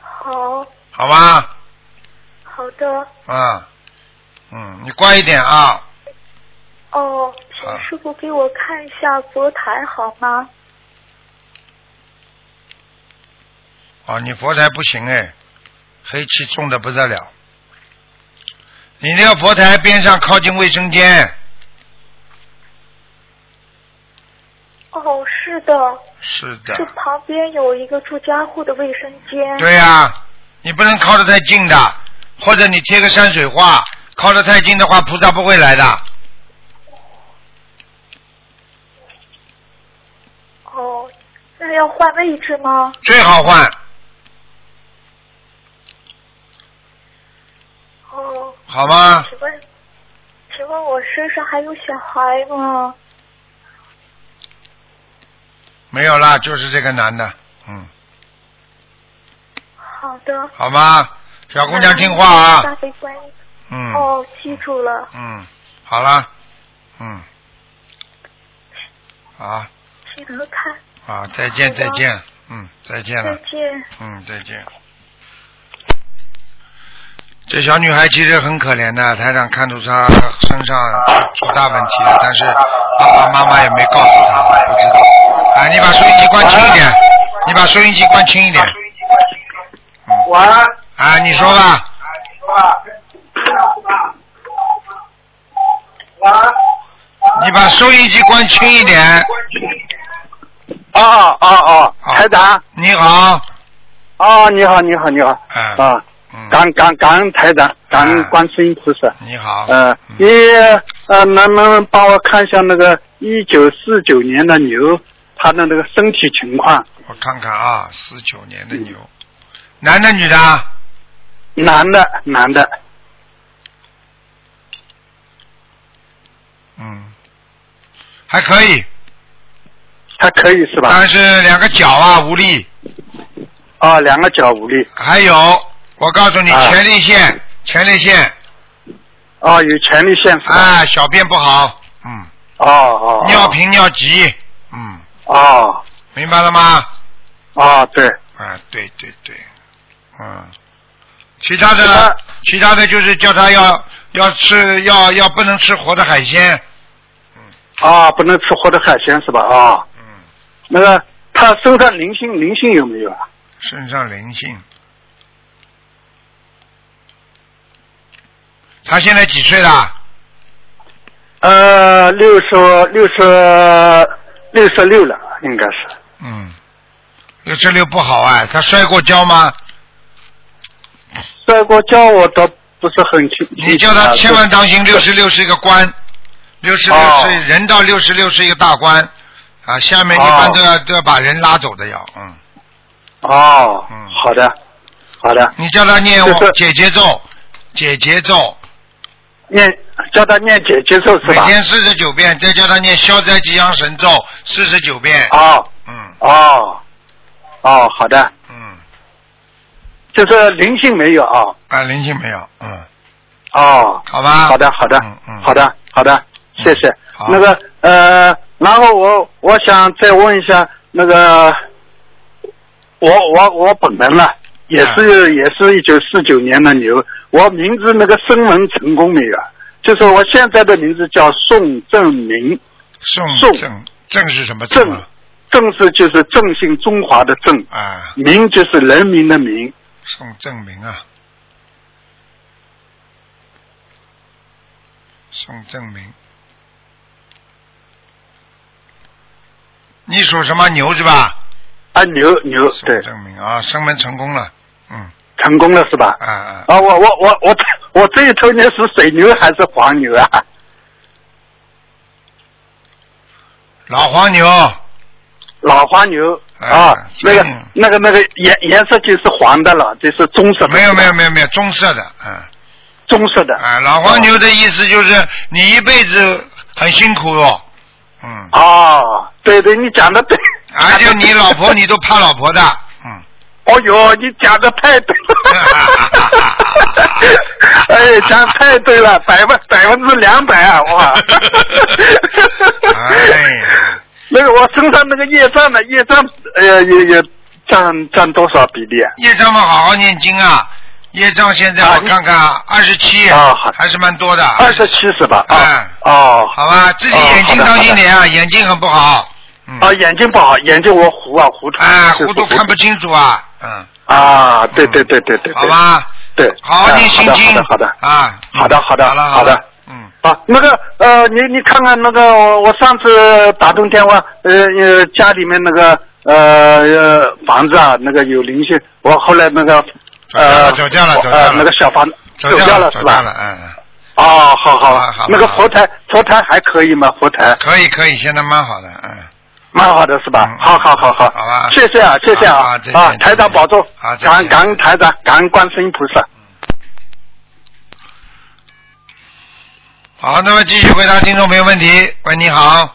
Speaker 5: 好，
Speaker 1: 好吧，
Speaker 5: 好的，
Speaker 1: 啊，嗯，你乖一点啊，
Speaker 5: 哦，请
Speaker 1: 啊
Speaker 5: 师傅给我看一下佛台好吗？
Speaker 1: 啊，你佛台不行哎，黑气重的不得了，你那个佛台边上靠近卫生间，
Speaker 5: 哦，是的，
Speaker 1: 是
Speaker 5: 这
Speaker 1: 的，
Speaker 5: 旁边有一个住家户的卫生间。
Speaker 1: 对呀、你不能靠得太近的，或者你贴个山水画，靠得太近的话，菩萨不会来的。
Speaker 5: 哦，那要换位置吗？
Speaker 1: 最好换，
Speaker 5: 哦，
Speaker 1: 好吗？
Speaker 5: 请问，请问我身上还有小孩吗？
Speaker 1: 没有啦，就是这个男的，嗯，
Speaker 5: 好的，
Speaker 1: 好吗？小姑娘听话
Speaker 5: 大
Speaker 1: 啊，
Speaker 5: 悲观音。
Speaker 1: 嗯
Speaker 5: 哦，记住了，
Speaker 1: 嗯，好啦，嗯，好
Speaker 5: 记得看，
Speaker 1: 好，再见
Speaker 5: 好
Speaker 1: 再
Speaker 5: 的
Speaker 1: 见，嗯，再见
Speaker 5: 再
Speaker 1: 了，
Speaker 5: 见。
Speaker 1: 嗯，再见。这小女孩其实很可怜的，台长看出她身上出大问题了，但是爸爸妈妈也没告诉她，不知道。哎，你把收音机关轻一点，你把收音机关轻一点。
Speaker 6: 我啊，
Speaker 1: 啊，你说吧。你把收音机关轻一点。
Speaker 6: 嗯哦哦
Speaker 1: 啊
Speaker 6: 哦，台长，
Speaker 1: 你好，
Speaker 6: 哦，你好，你好，你好，
Speaker 1: 嗯
Speaker 6: 啊，
Speaker 1: 嗯，
Speaker 6: 感感感恩台长，感恩观世音菩萨，
Speaker 1: 你好，嗯
Speaker 6: 呃，你呃，能不能帮我看一下那个一九四九年的牛，它的那个身体情况？
Speaker 1: 我看看啊，四九年的牛，男的女的啊？
Speaker 6: 男的，男的，
Speaker 1: 嗯，还可以，
Speaker 6: 啊它可以是吧？
Speaker 1: 但是两个脚啊无力，
Speaker 6: 哦，两个脚无力，
Speaker 1: 还有我告诉你，
Speaker 6: 啊
Speaker 1: 前列腺，前列腺，
Speaker 6: 哦，有前列腺是吧？
Speaker 1: 啊，小便不好，嗯，
Speaker 6: 哦哦，哦
Speaker 1: 尿，频尿急，嗯，
Speaker 6: 哦
Speaker 1: 明白了吗？
Speaker 6: 哦，对，
Speaker 1: 啊，对对对，嗯，其他
Speaker 6: 其
Speaker 1: 的
Speaker 6: 他
Speaker 1: 其他的就是叫他要要吃要要不能吃活的海鲜，
Speaker 6: 哦，不能吃活的海鲜是吧？哦，
Speaker 1: 嗯，
Speaker 6: 那个他身上灵性灵性有没有啊？
Speaker 1: 身上灵性。他现在几岁了？
Speaker 6: 呃，六十六十六十六了，应该是。
Speaker 1: 嗯，六十六不好啊，他摔过跤吗？
Speaker 6: 摔过跤我倒不是很清。
Speaker 1: 你叫他千万当心，六十六是一个关，六十六
Speaker 6: 哦
Speaker 1: 是人到六十六是一个大关，啊，下面一般都要、都要把人拉走的要，嗯。
Speaker 6: 哦
Speaker 1: 嗯，
Speaker 6: 好的，好的，
Speaker 1: 你叫他念
Speaker 6: 就
Speaker 1: 我
Speaker 6: 是
Speaker 1: 解节奏，解节奏，
Speaker 6: 念叫他念姐姐咒是
Speaker 1: 每
Speaker 6: 吧？
Speaker 1: 天四十九遍，再叫他念消灾吉祥神咒四十九遍。
Speaker 6: 哦
Speaker 1: 嗯
Speaker 6: 哦哦，好的，
Speaker 1: 嗯，
Speaker 6: 就是灵性没有啊？
Speaker 1: 啊，灵性没有，嗯，
Speaker 6: 哦，
Speaker 1: 好吧。
Speaker 6: 好的，好的
Speaker 1: 嗯嗯，
Speaker 6: 好的，好的，谢谢
Speaker 1: 好。
Speaker 6: 那个呃，然后我我想再问一下那个，我我我本人
Speaker 1: 嗯
Speaker 6: 了，也是也是一九四九年的牛，我名字那个声纹成功没有啊？就是我现在的名字叫宋正明，
Speaker 1: 宋
Speaker 6: 宋
Speaker 1: 正正是什么正
Speaker 6: 正
Speaker 1: 啊？
Speaker 6: 正是就是振兴中华的正，
Speaker 1: 啊，
Speaker 6: 明就是人民的民。
Speaker 1: 宋正明啊，宋正明，你属什么牛是吧？
Speaker 6: 啊，牛牛对
Speaker 1: 宋，正明啊，升门成功了，嗯
Speaker 6: 成功了是吧？
Speaker 1: 啊啊，
Speaker 6: 啊，我我我我我这一头牛是水牛还是黄牛啊？
Speaker 1: 老黄牛。
Speaker 6: 老黄牛
Speaker 1: 哎
Speaker 6: 啊，
Speaker 1: 所
Speaker 6: 那
Speaker 1: 以
Speaker 6: 个那个那个颜颜色就是黄的了，就是棕色的。
Speaker 1: 没有没有没有没有棕色的，嗯，
Speaker 6: 棕色的。
Speaker 1: 啊，老黄牛的意思就是你一辈子很辛苦哦，嗯，
Speaker 6: 哦，对对，你讲的对。
Speaker 1: 而且啊你老婆 你都怕老婆的，嗯，
Speaker 6: 哦哟，你讲的太对 了，哎，讲太对了，百分百分之两百啊，哇！
Speaker 1: 哎呀，
Speaker 6: 那个我身上那个业障呢，业障呃也也占占多少比例啊？
Speaker 1: 业障嘛，好好念经啊。业障现在我看看啊，二十七
Speaker 6: 啊好，
Speaker 1: 还是蛮多的。
Speaker 6: 二十七是吧？啊
Speaker 1: 哎，
Speaker 6: 哦，
Speaker 1: 好吧，自己眼睛
Speaker 6: 哦好的
Speaker 1: 当心点啊，眼睛很不好。嗯
Speaker 6: 啊，眼睛不好，眼睛我糊啊糊涂，
Speaker 1: 哎，
Speaker 6: 就是
Speaker 1: 糊涂看不清楚啊，嗯，
Speaker 6: 啊，对对对对对，对
Speaker 1: 好，吧，
Speaker 6: 对，
Speaker 1: 好好
Speaker 6: 哎
Speaker 1: 念心经
Speaker 6: 好的好的，
Speaker 1: 啊，
Speaker 6: 好的好的
Speaker 1: 好了
Speaker 6: 好的
Speaker 1: 了，嗯，
Speaker 6: 好的，啊，那个呃，你你看看那个我我上次打通电话，呃呃，家里面那个呃呃房子啊，那个有灵性，我后来那个呃
Speaker 1: 走掉了走掉了走掉了
Speaker 6: 呃那个小房
Speaker 1: 走
Speaker 6: 掉
Speaker 1: 了
Speaker 6: 是
Speaker 1: 走
Speaker 6: 吧
Speaker 1: 掉了，？嗯，
Speaker 6: 哦，好
Speaker 1: 好
Speaker 6: 好
Speaker 1: 了好了
Speaker 6: 那个
Speaker 1: 好了
Speaker 6: 佛台佛台还可以吗？佛台
Speaker 1: 可以可以，现在蛮好的，嗯，
Speaker 6: 蛮好的是吧
Speaker 1: 嗯？
Speaker 6: 好好好好，
Speaker 1: 好吧
Speaker 6: 谢谢啊谢谢
Speaker 1: 好好
Speaker 6: 啊
Speaker 1: 再见
Speaker 6: 啊
Speaker 1: 再，见
Speaker 6: 台长保重
Speaker 1: 好，再
Speaker 6: 感恩
Speaker 1: 见
Speaker 6: 感恩台长，感恩观世音菩萨。
Speaker 1: 好，那么继续回答听众朋友问题。喂，你好，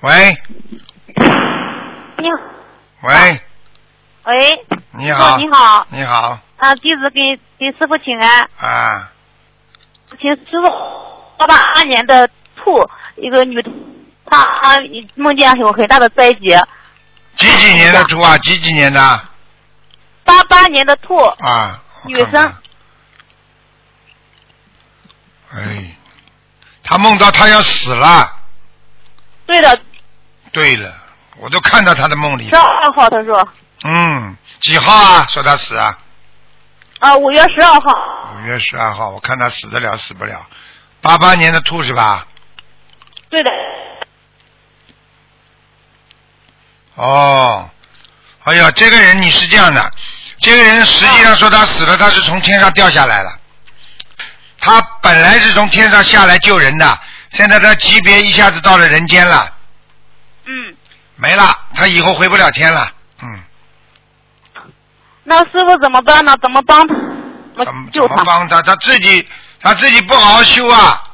Speaker 1: 喂
Speaker 7: 你好，
Speaker 1: 喂，
Speaker 7: 喂，
Speaker 1: 你好，
Speaker 7: 你好，
Speaker 1: 你好
Speaker 7: 啊，弟子给给师傅请安，
Speaker 1: 啊，
Speaker 7: 请师傅八八年的兔，一个女的，她啊梦见有很大的灾劫，
Speaker 2: 啊
Speaker 1: 几几年的猪啊？几几年的
Speaker 7: 八八年的兔，
Speaker 1: 啊？我
Speaker 7: 女
Speaker 1: 看看
Speaker 7: 生。
Speaker 1: 哎，他梦到他要死了。
Speaker 7: 对的，
Speaker 1: 对了，我都看到他的梦里
Speaker 7: 十。二号，他说
Speaker 1: 嗯，几号啊？说他死啊？
Speaker 7: 啊，五月十二号，
Speaker 1: 五月十二号，我看他死得了死不了。八八年的兔是吧？
Speaker 7: 对的，
Speaker 1: 哦，哎呀，这个人你是这样的，这个人实际上说他死了，他是从天上掉下来了。他本来是从天上下来救人的，现在他级别一下子到了人间了，
Speaker 7: 嗯，
Speaker 1: 没了，他以后回不了天了。嗯，
Speaker 7: 那师傅怎么办呢？怎么帮他？怎
Speaker 1: 怎么怎
Speaker 7: 救
Speaker 1: 么
Speaker 7: 他？
Speaker 1: 帮他？他自己他自己不好好修啊。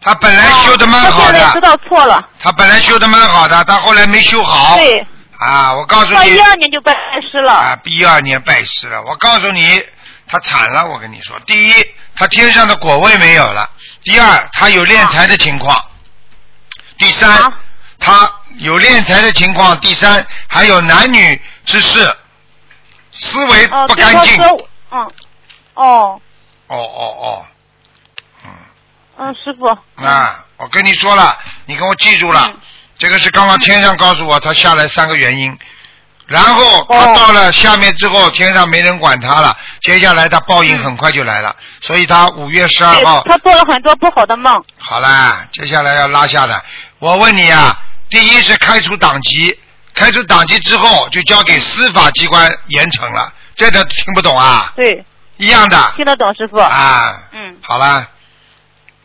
Speaker 1: 他本来哎修的蛮好
Speaker 7: 哦他现在知
Speaker 1: 的，
Speaker 7: 道错了，
Speaker 1: 他本来修的蛮好的，他后来没修好。
Speaker 7: 对，
Speaker 1: 啊，我告诉
Speaker 7: 他
Speaker 1: 你
Speaker 7: 一，二年就拜师了，
Speaker 1: 啊，一二年拜师了。我告诉你，他惨了。我跟你说，第一，他天上的果位没有了；第二，他有敛财的情况；第三
Speaker 7: 啊，
Speaker 1: 他有敛财的情况；第三，还有男女之事，思维
Speaker 7: 哦、
Speaker 1: 不
Speaker 7: 对
Speaker 1: 干
Speaker 7: 方
Speaker 1: 净。哦
Speaker 7: 说，嗯，哦，
Speaker 1: 哦哦，嗯，
Speaker 7: 嗯，师傅，
Speaker 1: 啊，我跟你说了，你给我记住了，
Speaker 7: 嗯
Speaker 1: 这个是刚刚天上告诉我他下来三个原因。然
Speaker 7: 哦
Speaker 1: 后他到了下面之后，天上没人管他了，接下来他报应很快就来了，所以他五月十二
Speaker 7: 对
Speaker 1: 号，
Speaker 7: 他做了很多不好的梦，
Speaker 1: 好啦，接下来要拉下的。我问你啊，第一是开除党籍，开除党籍之后就交给司法机关严惩了，这都听不懂啊？
Speaker 7: 对，
Speaker 1: 一样的
Speaker 7: 听得懂师傅。
Speaker 1: 啊，
Speaker 7: 嗯，
Speaker 1: 好啦，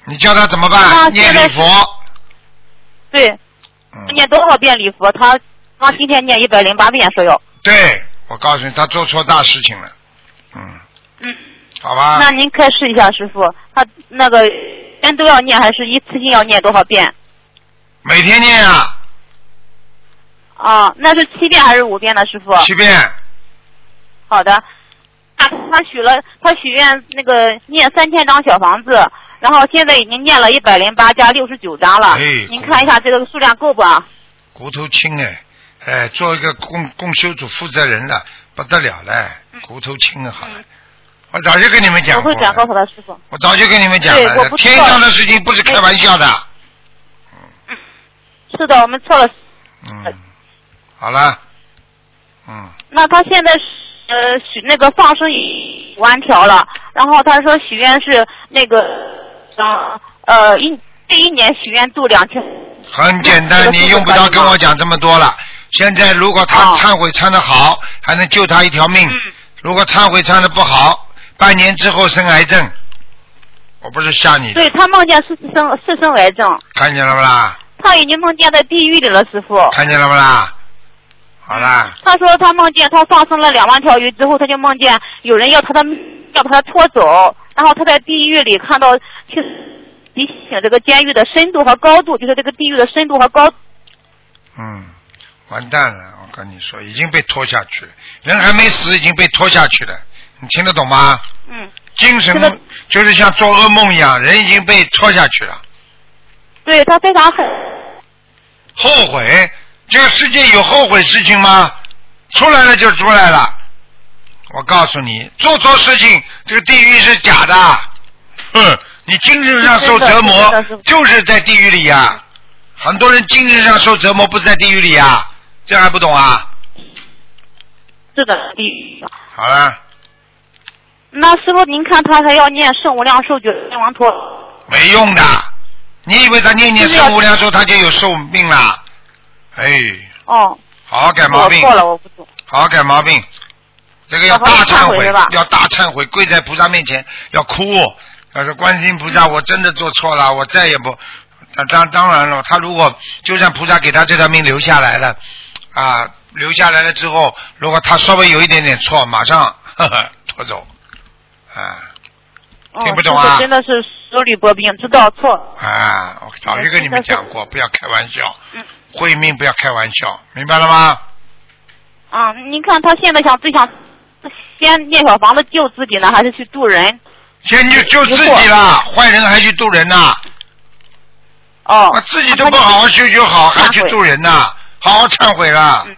Speaker 1: 你叫他怎么
Speaker 7: 那
Speaker 1: 办？念
Speaker 7: 现在
Speaker 1: 礼
Speaker 7: 是
Speaker 1: 佛，
Speaker 7: 对，
Speaker 1: 嗯，
Speaker 7: 念多少遍礼佛？他他今天念一百零八遍，说要。
Speaker 1: 对，我告诉你，他做错大事情了，嗯，
Speaker 7: 嗯，
Speaker 1: 好吧，
Speaker 7: 那您开示一下师傅，他那个人都要念，还是一次性要念多少遍？
Speaker 1: 每天念啊，
Speaker 7: 啊，那是七遍还是五遍呢，师傅？
Speaker 1: 七遍。
Speaker 7: 好的。啊，他许了，他许愿那个念三千张小房子，然后现在已经念了一百零八加六十九张了。
Speaker 1: 哎
Speaker 7: 您看一下这个数量够不啊？
Speaker 1: 骨头轻哎，哎，做一个供供修组负责人了，不得了了，骨头轻啊，好了，我早就跟你们讲
Speaker 7: 嗯我
Speaker 1: 过
Speaker 7: 会转告他
Speaker 1: 了，
Speaker 7: 的师傅。
Speaker 1: 我早就跟你们讲
Speaker 7: 对我
Speaker 1: 了，
Speaker 7: 不
Speaker 1: 天
Speaker 7: 知道
Speaker 1: 上的事情不是开玩笑的，
Speaker 7: 是的，我们错了。
Speaker 1: 嗯，好了，嗯，
Speaker 7: 那他现在是呃许那个放生已完条了，然后他说许愿是那个呃呃一这一年许愿度两千，
Speaker 1: 很简单，你用不着跟我讲这么多了。现在如果他
Speaker 7: 哦嗯
Speaker 1: 忏悔忏的好，还能救他一条命；如果忏悔忏的不好，半年之后生癌症，我不是吓你的，
Speaker 7: 对他梦见是生是生癌症，
Speaker 1: 看见了不啦？
Speaker 7: 他已经梦见在地狱里了，师傅。
Speaker 1: 看见了不啦？好啦，
Speaker 2: 他说他梦见他放生了两万条鱼之后，他就梦见有人要他的命要把他拖走，然后他在地狱里看到去提醒这个监狱的深度和高度，就是这个地狱的深度和高。
Speaker 1: 嗯，完蛋了，我跟你说，已经被拖下去了，人还没死，已经被拖下去了，你听得懂吗？
Speaker 2: 嗯，
Speaker 1: 精神梦就是像做噩梦一样，人已经被拖下去了，
Speaker 2: 对他非常狠。
Speaker 1: 后悔，这个世界有后悔事情吗？出来了就出来了，我告诉你，做错事情，这个地狱是假的，哼，你精神上受折
Speaker 2: 是的
Speaker 1: 磨
Speaker 2: 是的，
Speaker 1: 就是在地狱里呀、很多人精神上受折磨，不是在地狱里呀、这还不懂啊？
Speaker 2: 是的，地狱。
Speaker 1: 好了。
Speaker 2: 那师傅，您看他还要念圣无量寿决天王陀罗，
Speaker 1: 没用的。你以为他念念
Speaker 2: 就是要
Speaker 1: 圣无量寿，他就有寿命啦？哎，
Speaker 2: 哦，
Speaker 1: 好好改毛病，
Speaker 2: 我错了，我不懂。
Speaker 1: 好好改毛病。这个要
Speaker 2: 好
Speaker 1: 大
Speaker 2: 好
Speaker 1: 忏
Speaker 2: 忏悔是吧
Speaker 1: 要大忏悔，跪在菩萨面前要哭，哦要说观世音菩
Speaker 2: 嗯
Speaker 1: 萨，我真的做错了，我再也不。那当当然了，他如果就算菩萨给他这条命留下来了，啊，留下来了之后，如果他稍微有一点点错，马上 呵呵拖走，啊
Speaker 2: 哦
Speaker 1: 听不懂啊
Speaker 2: 师傅真的是手里薄冰，知道错了。
Speaker 1: 啊，我早就跟你们讲过，不要开玩笑。
Speaker 2: 嗯
Speaker 1: 会命不要开玩笑，明白了吗？
Speaker 2: 啊，您看他现在想最想先念小房子救自己呢，还是去渡人？
Speaker 1: 先就救自己啦，坏人还去渡人呐、
Speaker 2: 哦
Speaker 1: 我，自己都不好好修修好，还去渡人呐、好好忏悔啦。
Speaker 2: 嗯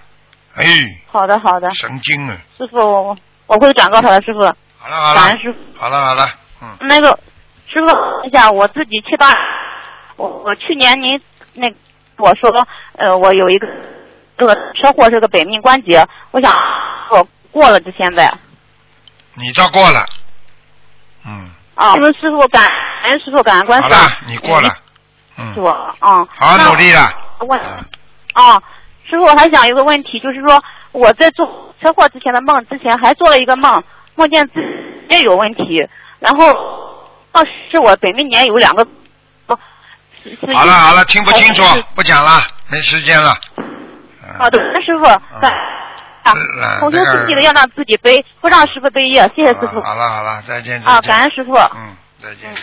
Speaker 1: 哎，
Speaker 2: 好的好的，
Speaker 1: 神经啊！
Speaker 2: 师傅，我我会转告他的师傅，
Speaker 1: 好了好
Speaker 2: 感
Speaker 1: 了
Speaker 2: 恩，师傅。
Speaker 1: 好了好了，嗯，
Speaker 2: 那个师傅，问一下我自己七八，我我去年您那我说呃我有一个这个车祸是个本命关节，我想我过了，就现在
Speaker 1: 你照过了，嗯，
Speaker 2: 啊，我们师傅感恩师傅感恩观
Speaker 1: 好
Speaker 2: 世
Speaker 1: 了，
Speaker 2: 音
Speaker 1: 你过了，
Speaker 2: 师
Speaker 1: 嗯，
Speaker 2: 傅啊，
Speaker 1: 好
Speaker 2: 那
Speaker 1: 好努力了。
Speaker 2: 问
Speaker 1: 嗯
Speaker 2: 啊，师傅，我还想有个问题，就是说我在做车祸之前的梦，之前还做了一个梦，梦见自己也有问题，然后当时是我本命年有两个，不是是
Speaker 1: 好了好了，听不清楚
Speaker 2: 哦是，
Speaker 1: 不讲了，没时间了。嗯
Speaker 2: 好的，那师傅，感啊
Speaker 1: 嗯嗯，
Speaker 2: 同修
Speaker 1: 这个
Speaker 2: 自己的要让自己背，不让师傅背业，谢谢师傅
Speaker 1: 好了好了，再见。再
Speaker 2: 啊，
Speaker 1: 见
Speaker 2: 感恩师傅。
Speaker 1: 嗯，再见。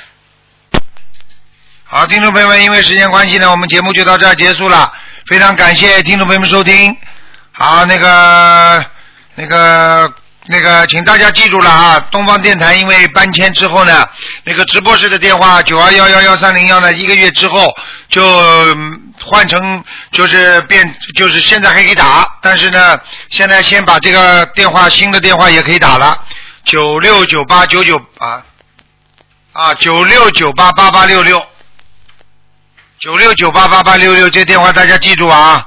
Speaker 1: 好，听众朋友们，因为时间关系呢，我们节目就到这儿结束了。非常感谢听众朋友们收听。好，那个、那个、那个，请大家记住了啊！东方电台因为搬迁之后呢，那个直播室的电话九二幺幺幺三零幺呢，一个月之后就嗯换成就是变，就是现在还可以打，但是呢，现在先把这个电话新的电话也可以打了，九六九八九九啊。啊，九六九八八八六六，九六九八八八六六，这电话大家记住啊。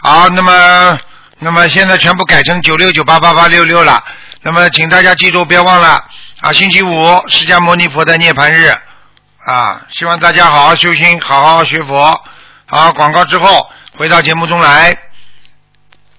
Speaker 1: 好，那么那么现在全部改成九六九八八八六六了。那么请大家记住，别忘了啊，星期五释迦牟尼佛的涅槃日啊，希望大家好好修心，好好学佛。好，广告之后回到节目中来。